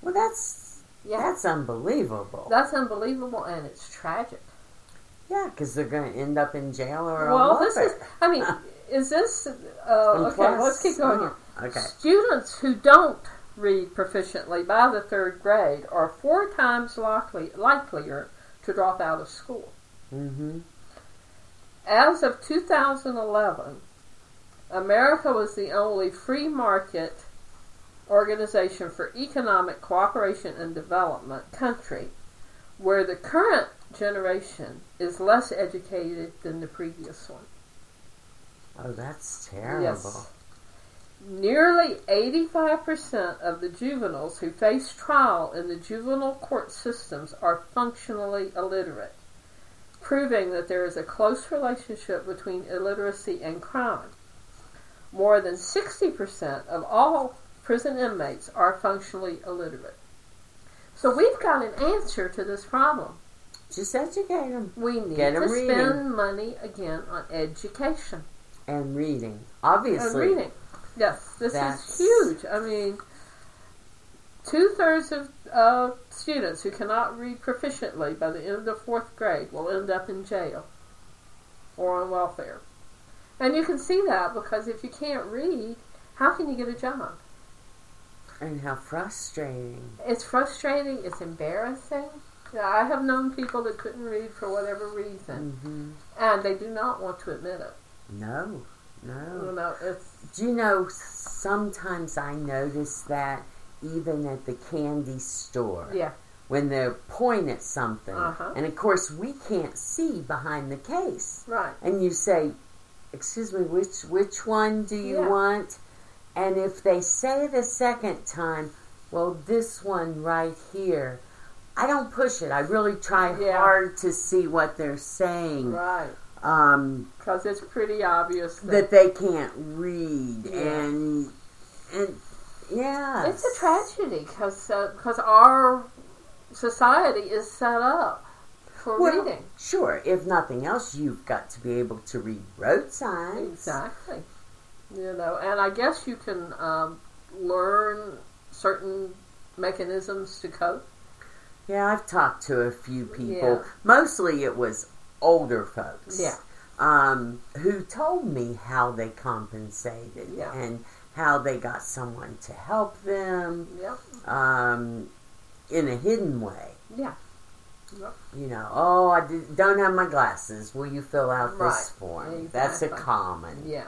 Speaker 1: Well, that's
Speaker 2: Yeah,
Speaker 1: that's unbelievable. Yeah,
Speaker 2: that's unbelievable, and it's tragic.
Speaker 1: yeah, because they're going to end up in jail or
Speaker 2: well,
Speaker 1: on
Speaker 2: this is.
Speaker 1: welfare.
Speaker 2: I mean, is this?
Speaker 1: And
Speaker 2: Uh, okay,
Speaker 1: plus-
Speaker 2: let's keep going. here.
Speaker 1: Oh, Okay.
Speaker 2: Students who don't read proficiently by the third grade are four times likely likelier to drop out of school.
Speaker 1: Mm-hmm.
Speaker 2: As of 2011, America was the only free market organization for economic cooperation and development country where the current generation is less educated than the previous one.
Speaker 1: Oh, that's terrible.
Speaker 2: Yes. Nearly 85% of the juveniles who face trial in the juvenile court systems are functionally illiterate, proving that there is a close relationship between illiteracy and crime. More than 60% of all prison inmates are functionally illiterate. So we've got an answer to this problem.
Speaker 1: Just educate them.
Speaker 2: We need
Speaker 1: Get 'em
Speaker 2: to
Speaker 1: reading.
Speaker 2: spend money again on education
Speaker 1: And reading. Obviously.
Speaker 2: and reading. Yes, this
Speaker 1: That's-
Speaker 2: is huge. I mean, two thirds of uh, students who cannot read proficiently by the end of fourth grade will end up in jail or on welfare. And you can see that because if you can't read, how can you get a job?
Speaker 1: And how frustrating.
Speaker 2: It's frustrating. It's embarrassing. Now, I have known people that couldn't read for whatever reason,
Speaker 1: hmm
Speaker 2: and they do not want to admit it.
Speaker 1: No.
Speaker 2: You
Speaker 1: No.
Speaker 2: know, it's
Speaker 1: Do you know, sometimes I notice that even at the candy store.
Speaker 2: yeah,
Speaker 1: When they're pointing at something.
Speaker 2: Uh-huh.
Speaker 1: And of course, we can't see behind the case.
Speaker 2: right.
Speaker 1: and you say, "Excuse me, which which one do you
Speaker 2: Yeah.
Speaker 1: want?" And if they say the second time, "Well, this one right here," I don't push it. I really try
Speaker 2: Yeah.
Speaker 1: hard to see what they're saying,
Speaker 2: Right.
Speaker 1: um,
Speaker 2: Because it's pretty obvious that,
Speaker 1: that they can't read,
Speaker 2: Yeah.
Speaker 1: and and yeah,
Speaker 2: it's a tragedy because because our society is set up for
Speaker 1: Well,
Speaker 2: reading.
Speaker 1: Sure, if nothing else, you've got to be able to read road signs.
Speaker 2: Exactly. You know, and I guess you can um, learn certain mechanisms to cope.
Speaker 1: Yeah, I've talked to a few people.
Speaker 2: Yeah.
Speaker 1: Mostly it was older folks.
Speaker 2: Yeah.
Speaker 1: Um, who told me how they compensated
Speaker 2: Yeah.
Speaker 1: and how they got someone to help them
Speaker 2: Yep.
Speaker 1: um, in a hidden way.
Speaker 2: Yeah.
Speaker 1: You know, oh, I did, don't have my glasses. Will you fill out
Speaker 2: Right.
Speaker 1: this form? That's a
Speaker 2: Exactly.
Speaker 1: common.
Speaker 2: Yeah.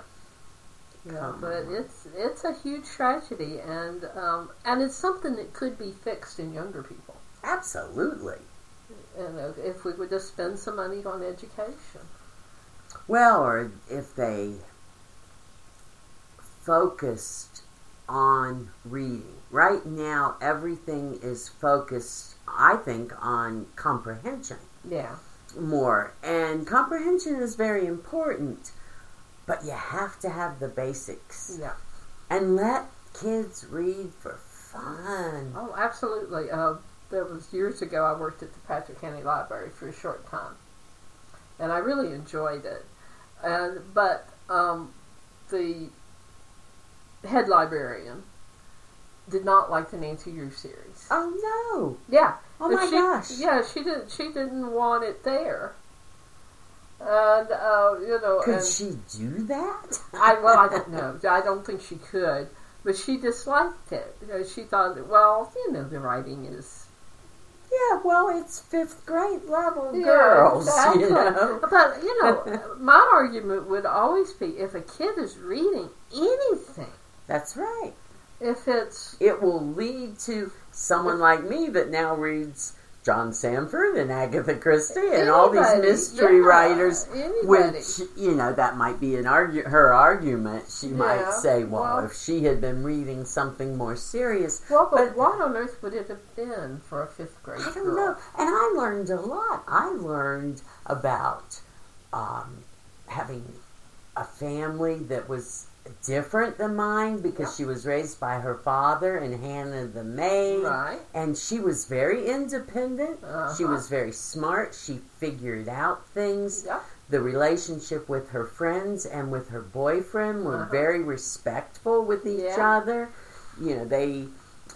Speaker 2: Yeah,
Speaker 1: Come
Speaker 2: but
Speaker 1: on.
Speaker 2: it's it's a huge tragedy, and um, and it's something that could be fixed in younger people.
Speaker 1: Absolutely.
Speaker 2: You know, if we would just spend some money on education.
Speaker 1: Well, or if they focused on reading. Right now, everything is focused, I think, on comprehension
Speaker 2: Yeah,
Speaker 1: more. And comprehension is very important, but you have to have the basics.
Speaker 2: yeah.
Speaker 1: And let kids read for fun.
Speaker 2: Oh, absolutely. Uh, there was years ago. I worked at the Patrick County Library for a short time, and I really enjoyed it. And but um, the head librarian did not like the Nancy Drew series.
Speaker 1: Oh,
Speaker 2: Yeah.
Speaker 1: Oh
Speaker 2: If
Speaker 1: my
Speaker 2: she,
Speaker 1: gosh.
Speaker 2: Yeah, she didn't. She didn't want it there. And uh, you know,
Speaker 1: no. Could
Speaker 2: and
Speaker 1: she do that?
Speaker 2: I well, I don't know. I don't think she could, but she disliked it. You know, she thought, that, well, you know, the writing is
Speaker 1: Yeah, well, it's fifth grade level girls, you know.
Speaker 2: But you know, my argument would always be if a kid is reading anything,
Speaker 1: That's right.
Speaker 2: if it's
Speaker 1: it will lead to someone like me that now reads John Sanford and Agatha Christie and all these
Speaker 2: anybody,
Speaker 1: mystery
Speaker 2: yeah,
Speaker 1: writers.
Speaker 2: anybody.
Speaker 1: Which you know that might be an argu- her argument. She might
Speaker 2: Yeah,
Speaker 1: say, well,
Speaker 2: well-
Speaker 1: if she had been reading something more serious,
Speaker 2: Well, but,
Speaker 1: But-
Speaker 2: what on earth would it have been for a fifth grade
Speaker 1: I don't
Speaker 2: girl?
Speaker 1: know. And I learned a lot. I learned about um, having a family that was different than mine because
Speaker 2: Yeah.
Speaker 1: she was raised by her father and Hannah the maid.
Speaker 2: Right.
Speaker 1: And she was very independent. She
Speaker 2: Uh-huh.
Speaker 1: was very smart. She figured out things.
Speaker 2: Yeah.
Speaker 1: The relationship with her friends and with her boyfriend were
Speaker 2: Uh-huh.
Speaker 1: very respectful with each
Speaker 2: Yeah. Oh,
Speaker 1: other. You know, they.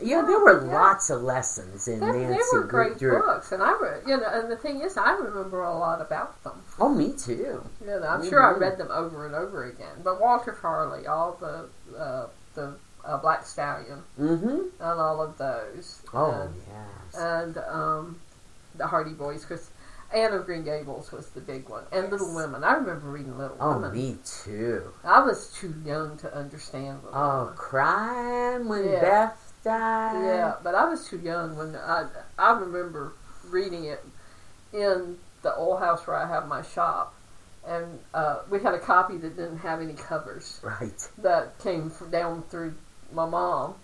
Speaker 1: Yeah, there were
Speaker 2: Yeah.
Speaker 1: lots of lessons in
Speaker 2: They,
Speaker 1: Nancy
Speaker 2: they were great
Speaker 1: Drew.
Speaker 2: books, and I re- you know, and the thing is, I remember a lot about them.
Speaker 1: Oh, me too.
Speaker 2: You know, I'm sure I
Speaker 1: Mhm.
Speaker 2: read them over and over again. But Walter Farley, all the uh, the uh, Black Stallion,
Speaker 1: Mm-hmm.
Speaker 2: and all of those.
Speaker 1: Oh,
Speaker 2: and,
Speaker 1: yes.
Speaker 2: and um, the Hardy Boys. Chris Anne of Green Gables was the big one, and Little
Speaker 1: Yes.
Speaker 2: Women. I remember reading Little
Speaker 1: Oh,
Speaker 2: Women.
Speaker 1: me too.
Speaker 2: I was too young to understand. Little
Speaker 1: Oh,
Speaker 2: Women.
Speaker 1: crying when
Speaker 2: Yeah.
Speaker 1: Beth died.
Speaker 2: yeah, but I was too young when I I remember reading it in the old house where I have my shop, and uh, we had a copy that didn't have any covers
Speaker 1: Right.
Speaker 2: that came from down through my mom,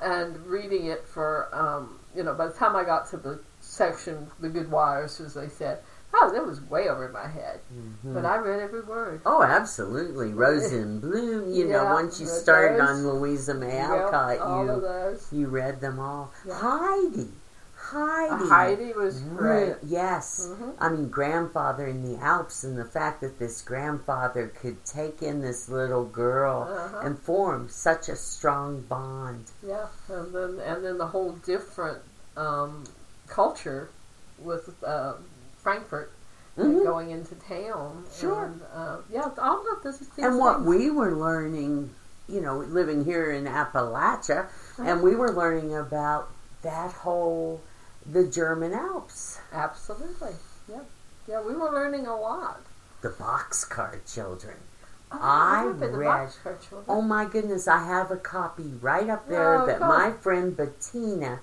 Speaker 2: and reading it for um, you know by the time I got to the section the good wires as they said, oh that was way over my head,
Speaker 1: Mhm.
Speaker 2: but I read every word.
Speaker 1: Oh, absolutely. Rose in Bloom. You know,
Speaker 2: Yeah,
Speaker 1: once you
Speaker 2: the
Speaker 1: started
Speaker 2: birds.
Speaker 1: on Louisa May
Speaker 2: Yep,
Speaker 1: Alcott,
Speaker 2: all of
Speaker 1: you
Speaker 2: those.
Speaker 1: you read them all.
Speaker 2: Yeah.
Speaker 1: Heidi. Heidi.
Speaker 2: Heidi was
Speaker 1: Re-
Speaker 2: great.
Speaker 1: Yes.
Speaker 2: Mhm.
Speaker 1: I mean, grandfather in the Alps, and the fact that this grandfather could take in this little girl
Speaker 2: Uh-huh.
Speaker 1: and form such a strong bond.
Speaker 2: Yeah, and then and then the whole different um, culture with uh, Frankfurt and
Speaker 1: Mhm.
Speaker 2: going into town.
Speaker 1: Sure.
Speaker 2: And, uh, yeah, all of this is
Speaker 1: And what we were learning, you know, living here in Appalachia, and
Speaker 2: Mhm.
Speaker 1: we were learning about that whole the German Alps,
Speaker 2: absolutely. Yeah, yeah, we were learning a lot.
Speaker 1: the boxcar children.
Speaker 2: Oh,
Speaker 1: I
Speaker 2: we've been to
Speaker 1: read-
Speaker 2: Boxcar Children.
Speaker 1: Oh my goodness, I have a copy right up there
Speaker 2: Oh,
Speaker 1: that
Speaker 2: cool.
Speaker 1: my friend Bettina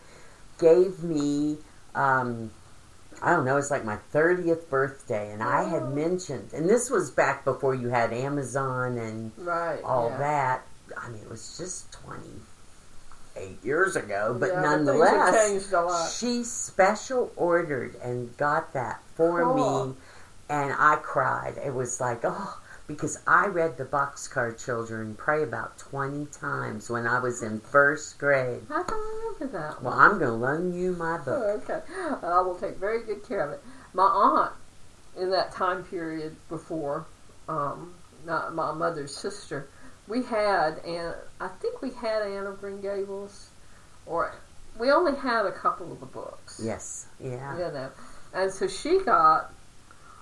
Speaker 1: gave me. Um, I don't know, it's like my 30th birthday, and I
Speaker 2: Oh.
Speaker 1: had mentioned, and this was back before you had Amazon and
Speaker 2: right,
Speaker 1: all
Speaker 2: yeah.
Speaker 1: that. I mean, it was just 28 years ago, but
Speaker 2: Yeah, things have
Speaker 1: nonetheless,
Speaker 2: changed a lot.
Speaker 1: she special ordered and got that for
Speaker 2: Cool.
Speaker 1: me, and I cried. It was like, oh, because I read the Boxcar Children pray about 20 times when I was in first grade.
Speaker 2: I don't remember that. Oh,
Speaker 1: Well, I'm going to loan you my book.
Speaker 2: Okay, I will take very good care of it. My aunt, in that time period before, um, not my mother's sister, we had and I think we had Anne of Green Gables, or we only had a couple of the books.
Speaker 1: Yes, yeah.
Speaker 2: you know, and so she got.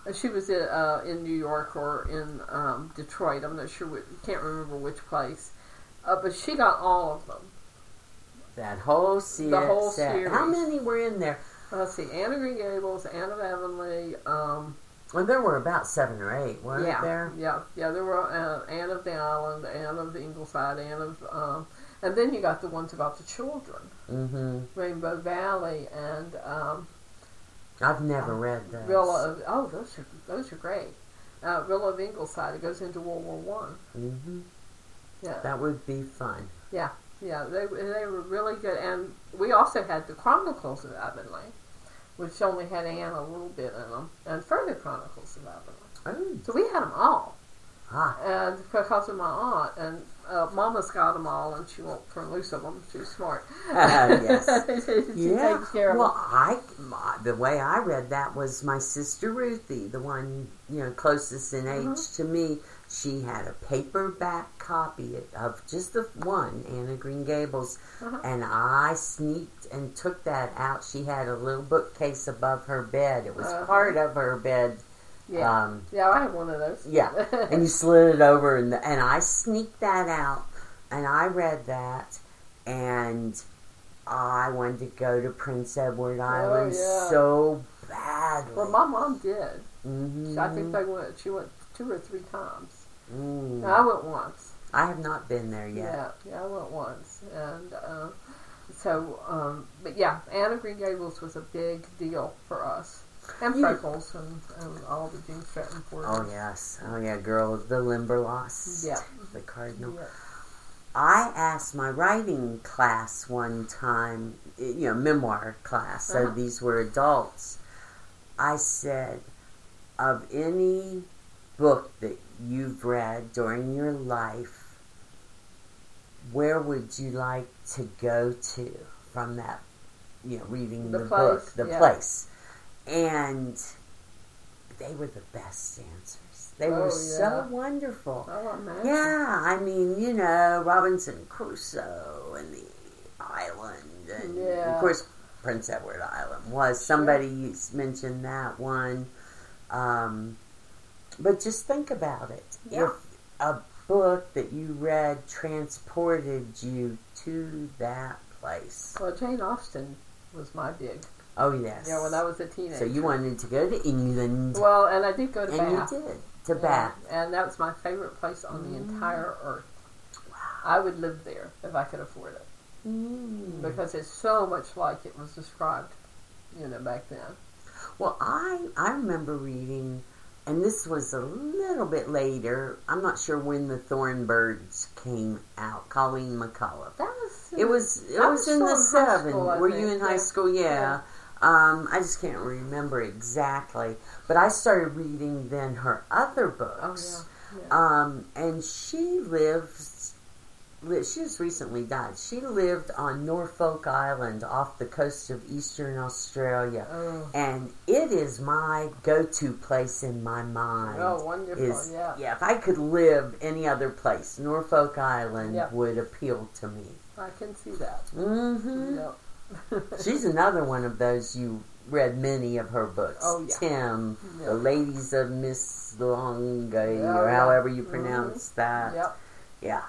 Speaker 2: and She was in, uh, in New York or in um, Detroit. I'm not sure. Which, can't remember which place. Uh, but she got all of them.
Speaker 1: That whole series.
Speaker 2: whole
Speaker 1: How
Speaker 2: series.
Speaker 1: many were in there?
Speaker 2: Let's see, Anne of Green Gables, Anne of Avonlea, um,
Speaker 1: Well, there were about seven or eight, weren't
Speaker 2: yeah,
Speaker 1: there?
Speaker 2: Yeah, yeah. There were uh, Anne of the Island, Anne of Ingleside, Anne of, um, and then you got the ones about the children,
Speaker 1: Mm-hmm.
Speaker 2: Rainbow Valley and um,
Speaker 1: I've never read those.
Speaker 2: Villa. Of, oh, those are those are great. Uh, Villa of Ingleside. It goes into World War One.
Speaker 1: hmm
Speaker 2: Yeah,
Speaker 1: That would be fun.
Speaker 2: yeah. They they were really good, and we also had the Chronicles of Avonlea, which only had Anne a little bit in them, and further Chronicles of Avonlea.
Speaker 1: Oh,
Speaker 2: So we had them all.
Speaker 1: ah,
Speaker 2: and because of my aunt and uh, mama's got them all and she won't turn loose of them she's smart
Speaker 1: Oh, yes.
Speaker 2: she
Speaker 1: yeah.
Speaker 2: takes care of
Speaker 1: well, I my, the way I read that was my sister Ruthie, the one you know closest in age
Speaker 2: Mhm.
Speaker 1: to me. She had a paperback copy of just the one Anna Green Gables,
Speaker 2: Uh-huh.
Speaker 1: and I sneaked and took that out. She had a little bookcase above her bed. It was
Speaker 2: Uh-huh.
Speaker 1: part of her bed.
Speaker 2: them yeah
Speaker 1: Um,
Speaker 2: yeah i have one of those
Speaker 1: Yeah, and you slid it over, and and I sneaked that out, and I read that, and I wanted to go to Prince Edward Island
Speaker 2: Oh, yeah.
Speaker 1: so badly.
Speaker 2: well my mom did
Speaker 1: Mhm.
Speaker 2: She i think they went she went two or three times
Speaker 1: Mm.
Speaker 2: And i went once
Speaker 1: I have not been there yet.
Speaker 2: yeah yeah i went once and uh, so um, but yeah anna green gables was a big deal for us and
Speaker 1: You-
Speaker 2: freckles and, and all the jean stratton
Speaker 1: Oh yes, oh yeah, girl, the Limberlost,
Speaker 2: yeah,
Speaker 1: the Cardinal.
Speaker 2: yeah.
Speaker 1: I asked my writing class one time, you know, memoir class, so
Speaker 2: Uh-huh.
Speaker 1: these were adults. I said, of any book that you've read during your life, where would you like to go to from that, you know, reading the,
Speaker 2: The
Speaker 1: book,
Speaker 2: place,
Speaker 1: the
Speaker 2: yeah.
Speaker 1: place? And they were the best answers. They
Speaker 2: Oh,
Speaker 1: were so
Speaker 2: yeah.
Speaker 1: wonderful.
Speaker 2: I want mine.
Speaker 1: Yeah, I mean, you know, Robinson Crusoe and the island, and
Speaker 2: Yeah.
Speaker 1: of course, Prince Edward Island was. Somebody s- mentioned that one. Um, but just think about it.
Speaker 2: Yeah.
Speaker 1: If a book that you read transported you to that place.
Speaker 2: Well, Jane Austen was my big.
Speaker 1: Oh, yes.
Speaker 2: Yeah, when I was a teenager.
Speaker 1: so you wanted to go to England,
Speaker 2: Well, and I did go to
Speaker 1: and
Speaker 2: Bath.
Speaker 1: you did. To
Speaker 2: and,
Speaker 1: Bath. Mm.
Speaker 2: and that was my favorite place on the entire earth.
Speaker 1: Wow.
Speaker 2: I would live there if I could afford it
Speaker 1: Mm.
Speaker 2: because it's so much like it was described, you know, back then.
Speaker 1: Well, I I remember reading, and this was a little bit later. I'm not sure when the Thorn Birds came out. Colleen McCullough.
Speaker 2: That was.
Speaker 1: It was it
Speaker 2: Hmm. I
Speaker 1: was,
Speaker 2: was
Speaker 1: in the
Speaker 2: still in high
Speaker 1: seven.
Speaker 2: school, I
Speaker 1: Were
Speaker 2: think.
Speaker 1: you in high
Speaker 2: Yeah.
Speaker 1: school? Yeah.
Speaker 2: Yeah.
Speaker 1: Um, I just can't remember exactly, but I started reading then her other
Speaker 2: Oh
Speaker 1: books.
Speaker 2: yeah. yeah.
Speaker 1: Um, and she lives li- she was recently died. She lived on Norfolk Island off the coast of eastern Australia.
Speaker 2: Oh,
Speaker 1: And it is my go to place in my mind.
Speaker 2: oh wonderful.
Speaker 1: is,
Speaker 2: yeah.
Speaker 1: if I could live any other place, Norfolk Island
Speaker 2: Yeah.
Speaker 1: would appeal to me.
Speaker 2: I can see that.
Speaker 1: hmm
Speaker 2: Yep.
Speaker 1: She's another one of those you read many of her books.
Speaker 2: Oh, yeah.
Speaker 1: Tim,
Speaker 2: Yeah.
Speaker 1: The Ladies of Miss Longue,
Speaker 2: Yeah,
Speaker 1: or
Speaker 2: yeah.
Speaker 1: however you pronounce that.
Speaker 2: Yep.
Speaker 1: Yeah,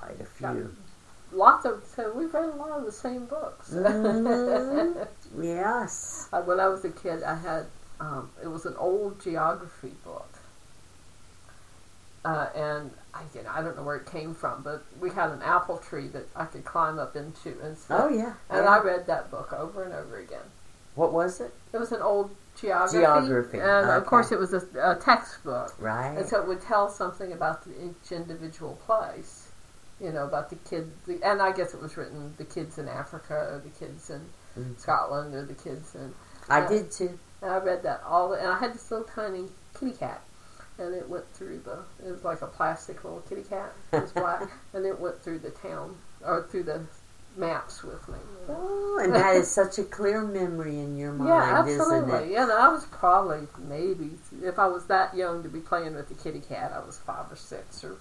Speaker 1: quite a
Speaker 2: Yeah.
Speaker 1: few.
Speaker 2: Lots of, so we've read a lot of the same books.
Speaker 1: Mhm. Yes.
Speaker 2: Uh, when I was a kid, I had um, it was an old geography book, uh, and I you know I don't know where it came from, but we had an apple tree that I could climb up into and stuff.
Speaker 1: Oh, yeah. Yeah.
Speaker 2: And I read that book over and over again.
Speaker 1: what was it?
Speaker 2: It was an old geography,
Speaker 1: Geography,
Speaker 2: and of
Speaker 1: okay.
Speaker 2: course it was a, a textbook,
Speaker 1: Right.
Speaker 2: and so it would tell something about the, each individual place. You know about the kids, the, and I guess it was written the kids in Africa, or the kids in
Speaker 1: Mm.
Speaker 2: Scotland, or the kids in
Speaker 1: I did too.
Speaker 2: And I read that all, the, and I had this little tiny kitty cat, and it went through the. It was like a plastic little kitty cat. It was black, and it went through the town or through the maps with me.
Speaker 1: Oh, and that is such a clear memory in your mind,
Speaker 2: yeah,
Speaker 1: isn't it?
Speaker 2: absolutely. Yeah, no, I was probably maybe if I was that young to be playing with the kitty cat, I was five or six or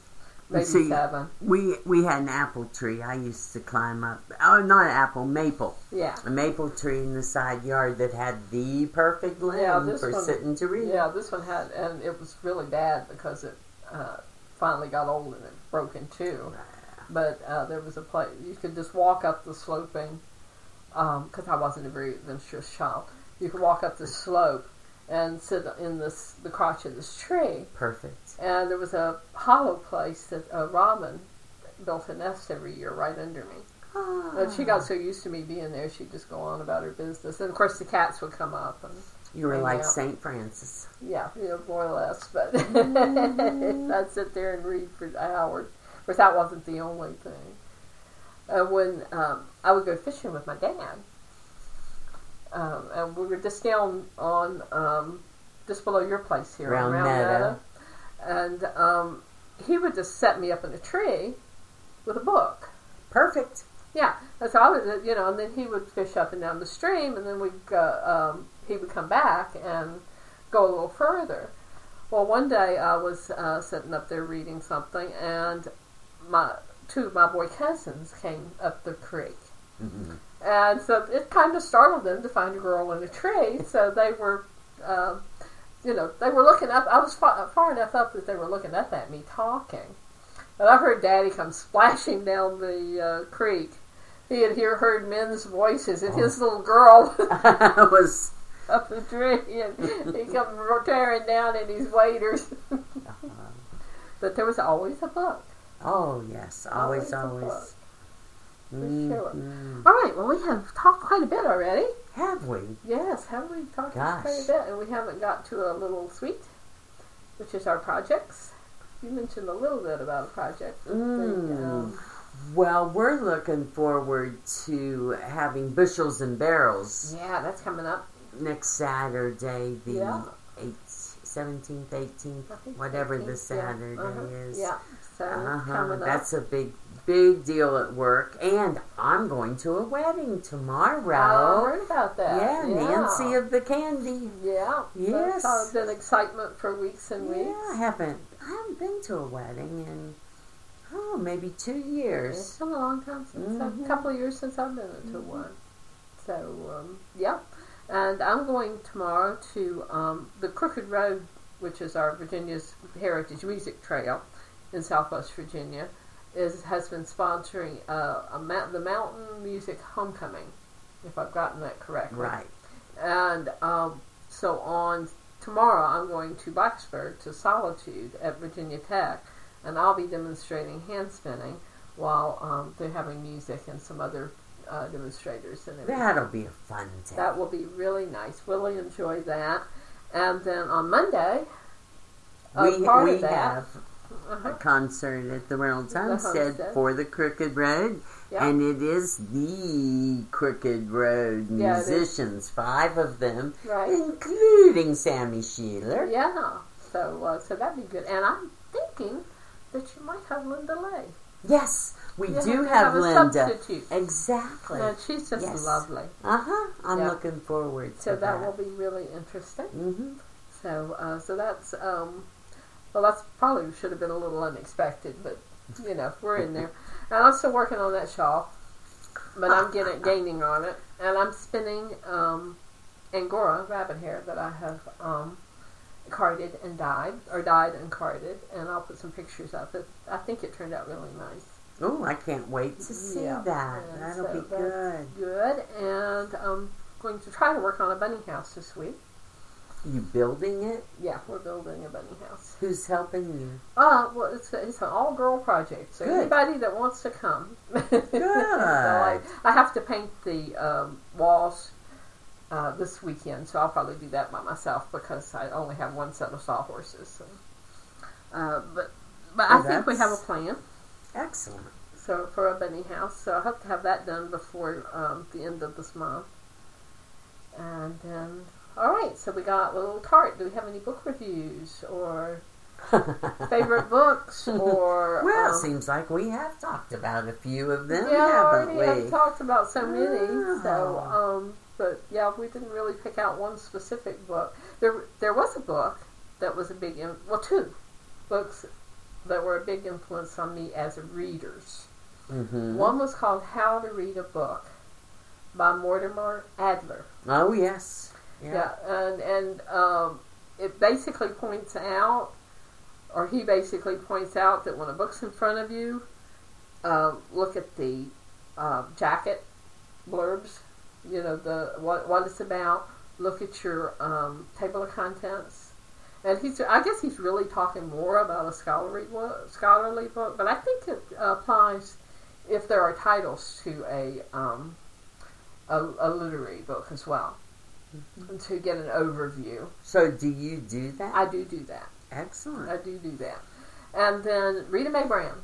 Speaker 2: maybe
Speaker 1: see.
Speaker 2: seven.
Speaker 1: We we had an apple tree. I used to climb up. Oh, not an apple, maple.
Speaker 2: Yeah,
Speaker 1: A maple tree in the side yard that had the perfect limb
Speaker 2: Yeah, this
Speaker 1: for
Speaker 2: one-
Speaker 1: sitting to read.
Speaker 2: yeah. This one had, and it was really bad because it uh, finally got old and it broke in two. but uh, there was a place you could just walk up the sloping because I wasn't a very adventurous child. You could walk up the slope and sit in this the crotch of this tree,
Speaker 1: Perfect.
Speaker 2: and there was a hollow place that a robin built a nest every year right under me.
Speaker 1: Ah.
Speaker 2: And she got so used to me being there, she'd just go on about her business. And of course, the cats would come up, and
Speaker 1: You were like
Speaker 2: Yeah.
Speaker 1: St. Francis.
Speaker 2: yeah, you know, more or less. But I'd sit there and read for hours. Of course, that wasn't the only thing. Uh, when um, I would go fishing with my dad, um, and we were just down on um, just below your place here, on
Speaker 1: Round
Speaker 2: Round
Speaker 1: Meadow.
Speaker 2: Meadow, and um, he would just set me up in a tree with a book.
Speaker 1: Perfect.
Speaker 2: Yeah, and so I would, you know, and then he would fish up and down the stream, and then we'd go, um, he would come back and go a little further. Well, one day I was uh, sitting up there reading something, and my two of my boy cousins came up the creek.
Speaker 1: Mhm.
Speaker 2: And so it kind of startled them to find a girl in a tree. So they were, um, you know, they were looking up. I was far, far enough up that they were looking up at me talking. And I heard Daddy come splashing down the uh, creek. He had hear, heard men's voices, and his little girl
Speaker 1: I was
Speaker 2: up the tree, and he come tearing down in his waders. but there was always a book.
Speaker 1: oh yes, always
Speaker 2: Always a
Speaker 1: always.
Speaker 2: book, sure.
Speaker 1: Mhm.
Speaker 2: All right, well, we have talked quite a bit already.
Speaker 1: Have we?
Speaker 2: Yes, have we talked
Speaker 1: Gosh.
Speaker 2: quite a bit, and we haven't got to a little suite, which is our projects. You mentioned a little bit about a project. but the,
Speaker 1: Mm.
Speaker 2: um,
Speaker 1: Well, we're looking forward to having bushels and barrels
Speaker 2: yeah, that's coming up.
Speaker 1: next Saturday, the
Speaker 2: Yeah.
Speaker 1: eight, 17th, 18th,
Speaker 2: I think
Speaker 1: whatever the
Speaker 2: 18th, yeah.
Speaker 1: Saturday
Speaker 2: Uh-huh,
Speaker 1: is.
Speaker 2: Yeah, so it's
Speaker 1: Uh-huh.
Speaker 2: coming up.
Speaker 1: That's a big, big deal at work. And I'm going to a wedding
Speaker 2: I
Speaker 1: tomorrow.
Speaker 2: heard about that.
Speaker 1: yeah, Nancy of the Candy.
Speaker 2: Yeah.
Speaker 1: Yes.
Speaker 2: That's been excitement for weeks and
Speaker 1: Yeah, I
Speaker 2: weeks.
Speaker 1: haven't, I haven't been to a wedding in, oh, maybe two
Speaker 2: It's
Speaker 1: years. Mm-hmm.
Speaker 2: been a long time since
Speaker 1: Mhm.
Speaker 2: a couple of years since I've been into one. So um, yeah, and I'm going tomorrow to um, the Crooked Road, which is our Virginia's Heritage Music Trail in Southwest Virginia, is has been sponsoring uh, a ma- the Mountain Music Homecoming, if I've gotten that correctly.
Speaker 1: Right.
Speaker 2: And um, so on tomorrow, I'm going to Blacksburg to Solitude at Virginia Tech, and I'll be demonstrating hand spinning while um, they're having music and some other uh, demonstrators and everything.
Speaker 1: That'll be a fun day.
Speaker 2: That will be really nice. Really enjoy that. And then on Monday, a
Speaker 1: we
Speaker 2: part
Speaker 1: we
Speaker 2: of that.
Speaker 1: have
Speaker 2: Uh-huh.
Speaker 1: a concert at the Reynolds Homestead
Speaker 2: Homestead.
Speaker 1: for the Crooked Road,
Speaker 2: Yeah.
Speaker 1: and it is the Crooked Road
Speaker 2: Yeah, it is.
Speaker 1: musicians, five of them,
Speaker 2: right?
Speaker 1: including Sammy Sheeler.
Speaker 2: Yeah. So uh, so that'd be good. And I'm thinking that you might have Linda Lay
Speaker 1: Yes, we
Speaker 2: You
Speaker 1: do
Speaker 2: to
Speaker 1: have
Speaker 2: a
Speaker 1: Linda.
Speaker 2: substitute.
Speaker 1: Exactly.
Speaker 2: No, she's just
Speaker 1: Yes.
Speaker 2: lovely.
Speaker 1: Uh huh. I'm
Speaker 2: Yeah.
Speaker 1: looking forward to
Speaker 2: So that will be really interesting.
Speaker 1: hmm
Speaker 2: So, uh, so that's um, well, that's probably should have been a little unexpected, but you know, we're in there. And I'm still working on that shawl, but I'm getting gaining on it, and I'm spinning um, angora rabbit hair that I have um, carded and dyed, or dyed and carded, and I'll put some pictures up. It, I think it turned out really nice.
Speaker 1: Oh, I can't wait to see
Speaker 2: Yeah.
Speaker 1: that.
Speaker 2: And
Speaker 1: That'll
Speaker 2: so
Speaker 1: be good.
Speaker 2: that's Good, and I'm going to try to work on a bunny house this week.
Speaker 1: You building it?
Speaker 2: Yeah, we're building a bunny house.
Speaker 1: Who's helping you?
Speaker 2: Uh, well, it's, it's an all girl project, so
Speaker 1: Good.
Speaker 2: anybody that wants to come. so I,
Speaker 1: Good.
Speaker 2: I have to paint the um, walls uh, this weekend, so I'll probably do that by myself because I only have one set of sawhorses. So. Uh, but but I
Speaker 1: Well,
Speaker 2: think we have a
Speaker 1: that's-
Speaker 2: plan
Speaker 1: Excellent.
Speaker 2: so for a bunny house, so I hope to have that done before um, the end of this month. And then, all right, so we got Little Tart. Do we have any book reviews or favorite books or
Speaker 1: Well,
Speaker 2: um,
Speaker 1: seems like we have talked about a few of them,
Speaker 2: yeah,
Speaker 1: haven't
Speaker 2: already
Speaker 1: we?
Speaker 2: I've talked about so many. So,
Speaker 1: Oh.
Speaker 2: um, but yeah, we didn't really pick out one specific book. There, there was a book that was a big, in, well, two books that were a big influence on me as a readers.
Speaker 1: Mhm.
Speaker 2: One was called How to Read a Book by Mortimer Adler.
Speaker 1: Oh, yes.
Speaker 2: Yeah, and and um, it basically points out, or he basically points out that when a book's in front of you, um, look at the uh, jacket blurbs. You know the what what it's about. Look at your um, table of contents, and he's. I guess he's really talking more about a scholarly wo- scholarly book, but I think it applies if there are titles to a um, a, a literary book as well to get an overview.
Speaker 1: So, do you do that?
Speaker 2: I do do that. I
Speaker 1: Excellent.
Speaker 2: do do that. And then Rita Mae Brown,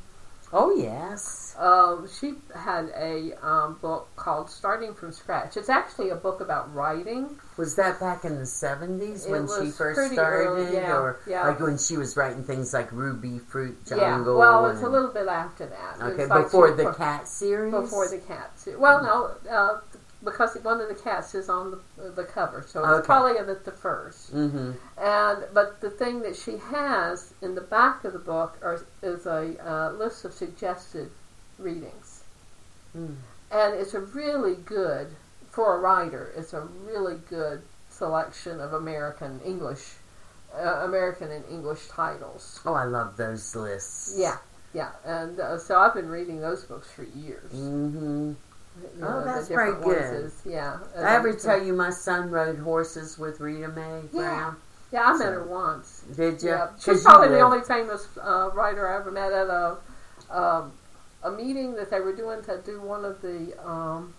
Speaker 1: Oh, yes.
Speaker 2: um, she had a um, book called Starting from Scratch. It's actually a book about writing.
Speaker 1: Was that back in the 70s
Speaker 2: It
Speaker 1: when she
Speaker 2: was
Speaker 1: first
Speaker 2: pretty
Speaker 1: started?
Speaker 2: early, yeah,
Speaker 1: or
Speaker 2: yeah.
Speaker 1: like when she was writing things like Ruby Fruit
Speaker 2: yeah.
Speaker 1: Jungle?
Speaker 2: Well, it's a
Speaker 1: and-
Speaker 2: little bit after that.
Speaker 1: Okay,
Speaker 2: It's like
Speaker 1: before
Speaker 2: she-
Speaker 1: the cat series?
Speaker 2: Before the cats. Well, no, uh, because one of the cats is on the, the cover, so it's
Speaker 1: Okay.
Speaker 2: probably at the first.
Speaker 1: Mm-hmm.
Speaker 2: And but the thing that she has in the back of the book are, is a uh, list of suggested readings,
Speaker 1: Mm.
Speaker 2: and it's a really good for a writer. It's a really good selection of American English, uh, American and English titles.
Speaker 1: Oh, I love those lists.
Speaker 2: Yeah, yeah, and uh, so I've been reading those books for years.
Speaker 1: Mm-hmm.
Speaker 2: You
Speaker 1: Oh,
Speaker 2: the
Speaker 1: that's
Speaker 2: different
Speaker 1: very
Speaker 2: ones
Speaker 1: good.
Speaker 2: is- Yeah,
Speaker 1: Did I ever tell you my son rode horses with Rita Mae Brown?
Speaker 2: Yeah, I met her once.
Speaker 1: Did you?
Speaker 2: Yeah,
Speaker 1: 'Cause
Speaker 2: she's
Speaker 1: you
Speaker 2: probably the
Speaker 1: lived-
Speaker 2: only famous uh, writer I ever met at a um, a meeting that they were doing to do one of the um,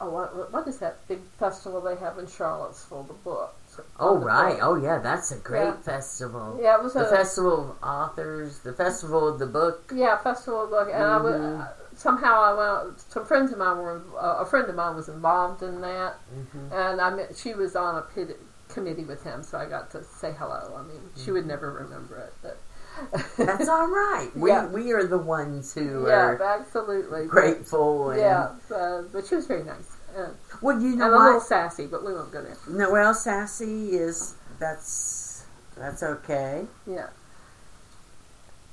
Speaker 2: oh what, what- what is that big festival they have in Charlottesville? The books.
Speaker 1: Oh,
Speaker 2: the
Speaker 1: right.
Speaker 2: book.
Speaker 1: Oh, yeah, that's a great
Speaker 2: Yeah.
Speaker 1: festival.
Speaker 2: Yeah, it was
Speaker 1: The
Speaker 2: a
Speaker 1: Festival of Authors, the Festival of the Book.
Speaker 2: yeah festival of book, and I was
Speaker 1: Mhm.
Speaker 2: somehow I went. out- Some friends of mine were uh, a friend of mine was involved in that,
Speaker 1: Mhm.
Speaker 2: and I met, she was on a pit, committee with him, so I got to say hello. I mean, she would never remember it, but.
Speaker 1: That's all right. We,
Speaker 2: Yeah.
Speaker 1: we are the ones who
Speaker 2: Yeah,
Speaker 1: are
Speaker 2: absolutely.
Speaker 1: grateful. And,
Speaker 2: Yeah, uh, but she was very nice. Uh,
Speaker 1: Well, you
Speaker 2: and
Speaker 1: know
Speaker 2: a little
Speaker 1: what?
Speaker 2: sassy, but we won't go there.
Speaker 1: No, well, sassy is that's that's okay.
Speaker 2: Yeah.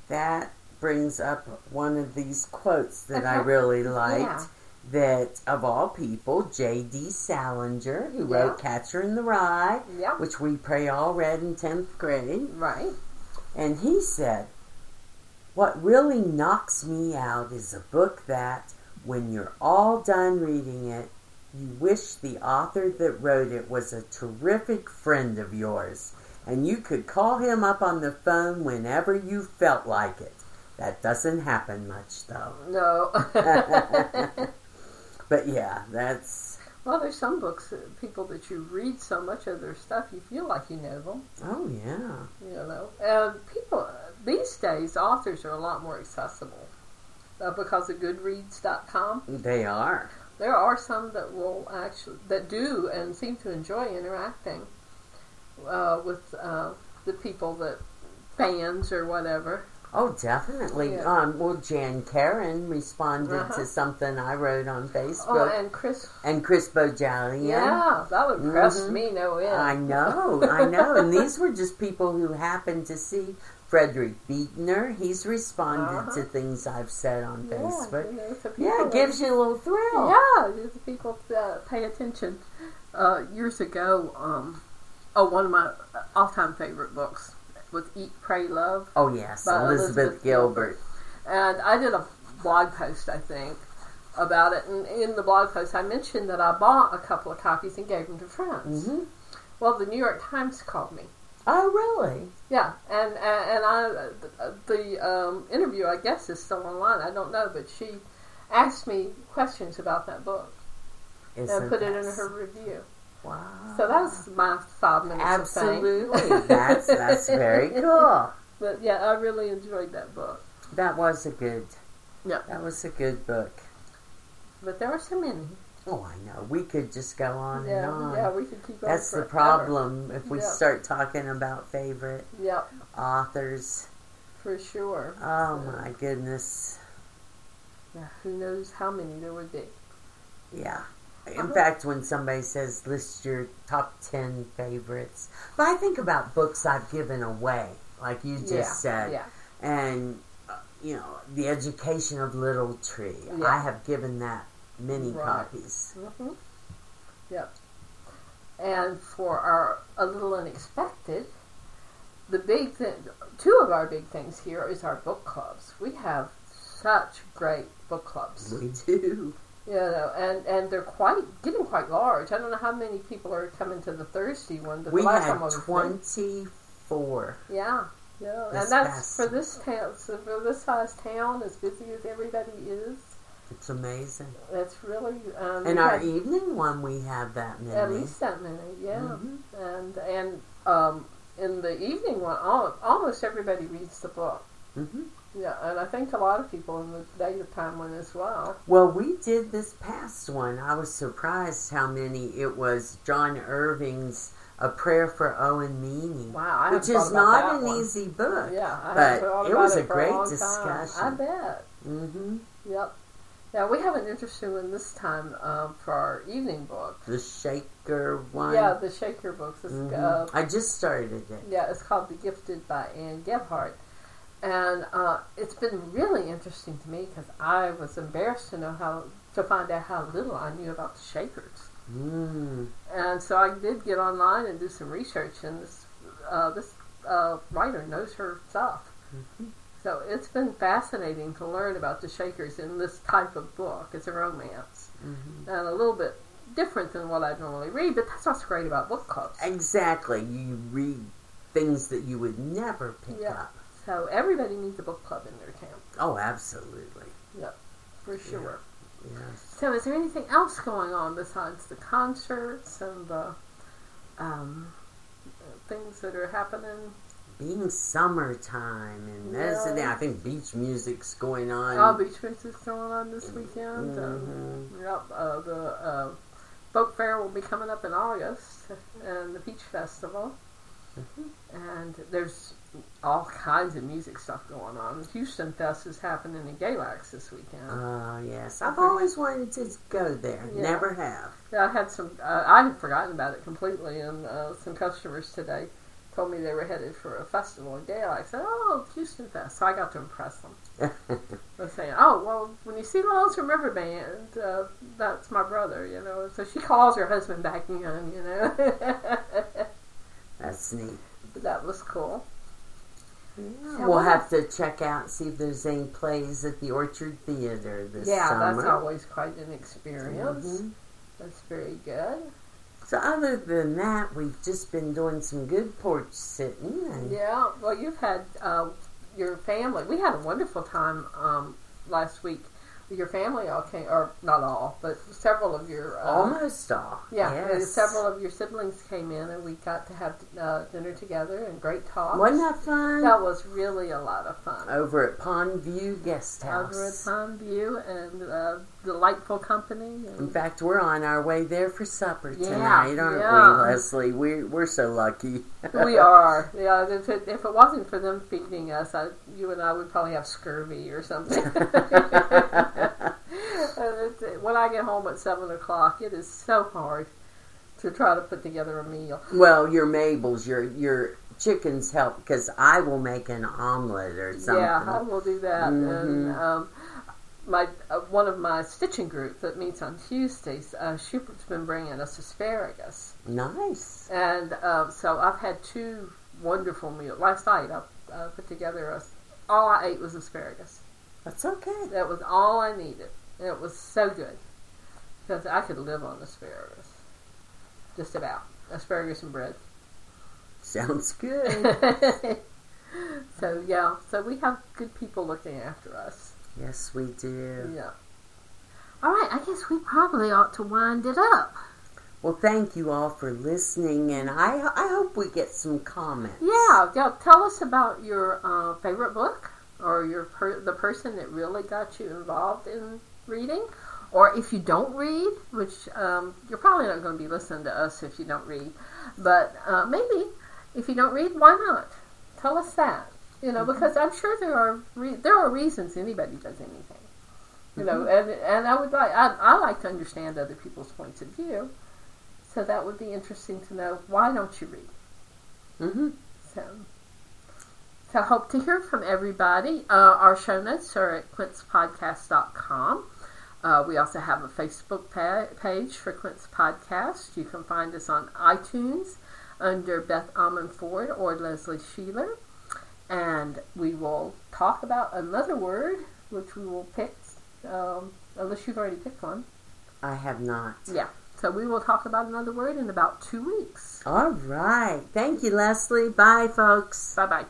Speaker 1: That brings up one of these quotes that I
Speaker 2: Okay.
Speaker 1: really liked.
Speaker 2: Yeah.
Speaker 1: That of all people, J.D. Salinger, who wrote Catcher in the Rye,
Speaker 2: Yeah.
Speaker 1: which we pray all read in tenth grade,
Speaker 2: Right.
Speaker 1: and he said, "What really knocks me out is a book that, when you're all done reading it." You wish the author that wrote it was a terrific friend of yours, and you could call him up on the phone whenever you felt like it. That doesn't happen much, though.
Speaker 2: No.
Speaker 1: But yeah, that's.
Speaker 2: well, there's some books, that people that you read so much of their stuff, you feel like you know them.
Speaker 1: Oh, yeah.
Speaker 2: You know, and people these days, authors are a lot more accessible uh, because of Goodreads.com.
Speaker 1: They are.
Speaker 2: There are some that will actually that do and seem to enjoy interacting uh, with uh, the people that fans or whatever.
Speaker 1: Oh, definitely.
Speaker 2: Yeah.
Speaker 1: Um, well, Jan Karen responded
Speaker 2: Uh-huh.
Speaker 1: to something I wrote on
Speaker 2: Oh,
Speaker 1: Facebook,
Speaker 2: and Chris.
Speaker 1: and Chris Bojalia.
Speaker 2: Yeah, that impressed
Speaker 1: Mhm.
Speaker 2: me no end.
Speaker 1: I know, I know. And these were just people who happened to see Frederick Beatner. He's responded
Speaker 2: Uh-huh.
Speaker 1: to things I've said on
Speaker 2: yeah,
Speaker 1: Facebook.
Speaker 2: you know, the people
Speaker 1: Yeah, it
Speaker 2: that-
Speaker 1: gives you a little thrill.
Speaker 2: Yeah, the people that pay attention. Uh, years ago, um, oh, one of my all-time favorite books was Eat, Pray, Love.
Speaker 1: Oh, yes,
Speaker 2: By
Speaker 1: Elizabeth,
Speaker 2: Elizabeth
Speaker 1: Gilbert.
Speaker 2: and I did a blog post, I think, about it. And in the blog post, I mentioned that I bought a couple of copies and gave them to friends.
Speaker 1: hmm
Speaker 2: Well, the New York Times called me.
Speaker 1: Oh, really?
Speaker 2: Yeah, and and I the um, interview I guess is still online. I don't know, but she asked me questions about that book
Speaker 1: Isn't
Speaker 2: and put it in
Speaker 1: this-
Speaker 2: her review.
Speaker 1: Wow.
Speaker 2: So that's my five minutes of fame.
Speaker 1: Ah. Absolutely. that's, that's very cool.
Speaker 2: But yeah, I really enjoyed that book.
Speaker 1: That was a good.
Speaker 2: Yeah.
Speaker 1: That was a good book.
Speaker 2: But there are so many.
Speaker 1: Oh, I know. We could just go on and
Speaker 2: yeah,
Speaker 1: on.
Speaker 2: yeah, we could keep going.
Speaker 1: That's the
Speaker 2: forever.
Speaker 1: problem if we
Speaker 2: Yeah.
Speaker 1: start talking about favorite
Speaker 2: Yeah,
Speaker 1: authors.
Speaker 2: for sure.
Speaker 1: Oh my goodness.
Speaker 2: Yeah, who knows how many there would be?
Speaker 1: Yeah. In
Speaker 2: Uh-huh.
Speaker 1: fact, when somebody says list your top 10 favorites, but I think about books I've given away, like you just
Speaker 2: yeah,
Speaker 1: said,
Speaker 2: yeah,
Speaker 1: and uh, you know, The Education of Little Tree.
Speaker 2: Yeah.
Speaker 1: I have given that many
Speaker 2: Right.
Speaker 1: copies.
Speaker 2: hmm yep. And for our a little unexpected, the big thing, two of our big things here is our book clubs. We have such great book clubs.
Speaker 1: We do.
Speaker 2: You know, and, and they're quite getting quite large. I don't know how many people are coming to the Thursday one, but
Speaker 1: We
Speaker 2: the last time I
Speaker 1: had
Speaker 2: was there-
Speaker 1: 24.
Speaker 2: Yeah, yeah,
Speaker 1: This
Speaker 2: and that's
Speaker 1: past-
Speaker 2: for this town, so for this size town, as busy as everybody is.
Speaker 1: It's amazing.
Speaker 2: That's really um,
Speaker 1: And
Speaker 2: we
Speaker 1: our
Speaker 2: had
Speaker 1: evening one, we have that many.
Speaker 2: at least that many, yeah.
Speaker 1: Mhm.
Speaker 2: And and um, in the evening one, al- almost everybody reads the book.
Speaker 1: hmm
Speaker 2: Yeah, and I think a lot of people in the native time one as well.
Speaker 1: Well, we did this past one. I was surprised how many it was. John Irving's A Prayer for Owen Meany,
Speaker 2: Wow, I
Speaker 1: which
Speaker 2: hadn't thought
Speaker 1: is
Speaker 2: about
Speaker 1: not
Speaker 2: that
Speaker 1: an
Speaker 2: one.
Speaker 1: easy book.
Speaker 2: Yeah, I
Speaker 1: But
Speaker 2: haven't thought
Speaker 1: it
Speaker 2: about
Speaker 1: was a
Speaker 2: for
Speaker 1: great
Speaker 2: long time.
Speaker 1: discussion.
Speaker 2: I bet.
Speaker 1: hmm
Speaker 2: Yep. Yeah, we have an interesting one this time um, for our evening book.
Speaker 1: The Shaker one.
Speaker 2: Yeah, the Shaker books. It's,
Speaker 1: Mhm.
Speaker 2: uh,
Speaker 1: I just started it.
Speaker 2: Yeah, it's called The Gifted by Anne Gebhardt. And uh, it's been really interesting to me because I was embarrassed to know how to find out how little I knew about the Shakers.
Speaker 1: Mm.
Speaker 2: And so I did get online and do some research, and this uh, this uh, writer knows her stuff. So it's been fascinating to learn about the Shakers in this type of book. It's a romance
Speaker 1: Mhm.
Speaker 2: and a little bit different than what I normally read, but that's what's great about book clubs.
Speaker 1: Exactly. You read things that you would never pick
Speaker 2: Yeah.
Speaker 1: up.
Speaker 2: So everybody needs a book club in their town.
Speaker 1: Oh, absolutely.
Speaker 2: For sure.
Speaker 1: Yes.
Speaker 2: So, is there anything else going on besides the concerts and the um, things that are happening?
Speaker 1: Being summertime, and that's
Speaker 2: Yeah.
Speaker 1: I think beach music's going on.
Speaker 2: All Beach Fest is going on this weekend. Um,
Speaker 1: Mhm.
Speaker 2: yep, uh, the uh, Boat Fair will be coming up in August, and the Beach Festival. And there's all kinds of music stuff going on. Houston Fest is happening in Galax this weekend.
Speaker 1: Oh, yes. I've always wanted to go there.
Speaker 2: Yeah.
Speaker 1: Never have.
Speaker 2: Yeah, I had some. Uh, I had forgotten about it completely, and uh, some customers today told me they were headed for a festival in Gale. I said, "Oh, Houston Fest!" So I got to impress them. I was saying, "Oh, well, when you see Laws from Riverband, uh, that's my brother," you know. So she calls her husband back in, you know.
Speaker 1: That's neat.
Speaker 2: but that was cool. Yeah,
Speaker 1: We'll
Speaker 2: what
Speaker 1: have to check out, see if there's any plays at the Orchard Theater this
Speaker 2: yeah,
Speaker 1: summer.
Speaker 2: that's always quite an experience.
Speaker 1: Mhm.
Speaker 2: That's very good.
Speaker 1: So, other than that, we've just been doing some good porch sitting. And
Speaker 2: Yeah, well, you've had uh, your family. We had a wonderful time um, last week. Your family all came, or not all, but several of your uh,
Speaker 1: Almost all.
Speaker 2: yeah, uh,
Speaker 1: yes.
Speaker 2: several of your siblings came in, and we got to have uh, dinner together and great talks.
Speaker 1: Wasn't that fun? Oh,
Speaker 2: That was really a lot of fun.
Speaker 1: Over at Pondview Guest House.
Speaker 2: Over at Palm View, and uh, delightful company.
Speaker 1: In
Speaker 2: And,
Speaker 1: fact, we're on our way there for supper
Speaker 2: Yeah,
Speaker 1: tonight, aren't
Speaker 2: yeah.
Speaker 1: we, Leslie? We're, we're so lucky.
Speaker 2: we are. Yeah, if it, if it wasn't for them feeding us, I, you and I would probably have scurvy or something. And it's- when I get home at seven o'clock, it is so hard to try to put together a meal.
Speaker 1: Well, your Mabels, your your chickens help because I will make an omelet or something.
Speaker 2: Yeah, I will do that. And
Speaker 1: Mhm.
Speaker 2: um, my uh, one of my stitching group that meets on Tuesdays, uh, Schubert's been bringing us asparagus.
Speaker 1: Nice.
Speaker 2: And um, so I've had two wonderful meals. Last night I uh, put together a. All I ate was asparagus.
Speaker 1: That's okay.
Speaker 2: That was all I needed. And it was so good. Because I could live on asparagus. Just about. Asparagus and bread.
Speaker 1: Sounds good.
Speaker 2: so, yeah. So we have good people looking after us.
Speaker 1: yes, we do.
Speaker 2: Yeah. All right. I guess we probably ought to wind it up.
Speaker 1: Well, thank you all for listening, and I I hope we get some comments.
Speaker 2: Yeah, yeah. Tell us about your uh, favorite book, or your per- the person that really got you involved in reading, or if you don't read, which um, you're probably not going to be listening to us if you don't read, but uh, maybe if you don't read, why not? Tell us that. You know, because I'm sure there are re- there are reasons anybody does anything. You know, and and I would like I, I like to understand other people's points of view, so that would be interesting to know why don't you read.
Speaker 1: Mm-hmm.
Speaker 2: So, so hope to hear from everybody. Uh, our show notes are at quincepodcast.com. Uh, we also have a Facebook pa- page for Quince Podcast. You can find us on iTunes under Beth Almond Ford or Leslie Sheeler. And we will talk about another word, which we will pick, um, unless you've already picked one.
Speaker 1: I have not.
Speaker 2: Yeah. So we will talk about another word in about two weeks.
Speaker 1: All right. Thank you, Leslie. Bye, folks.
Speaker 2: Bye bye.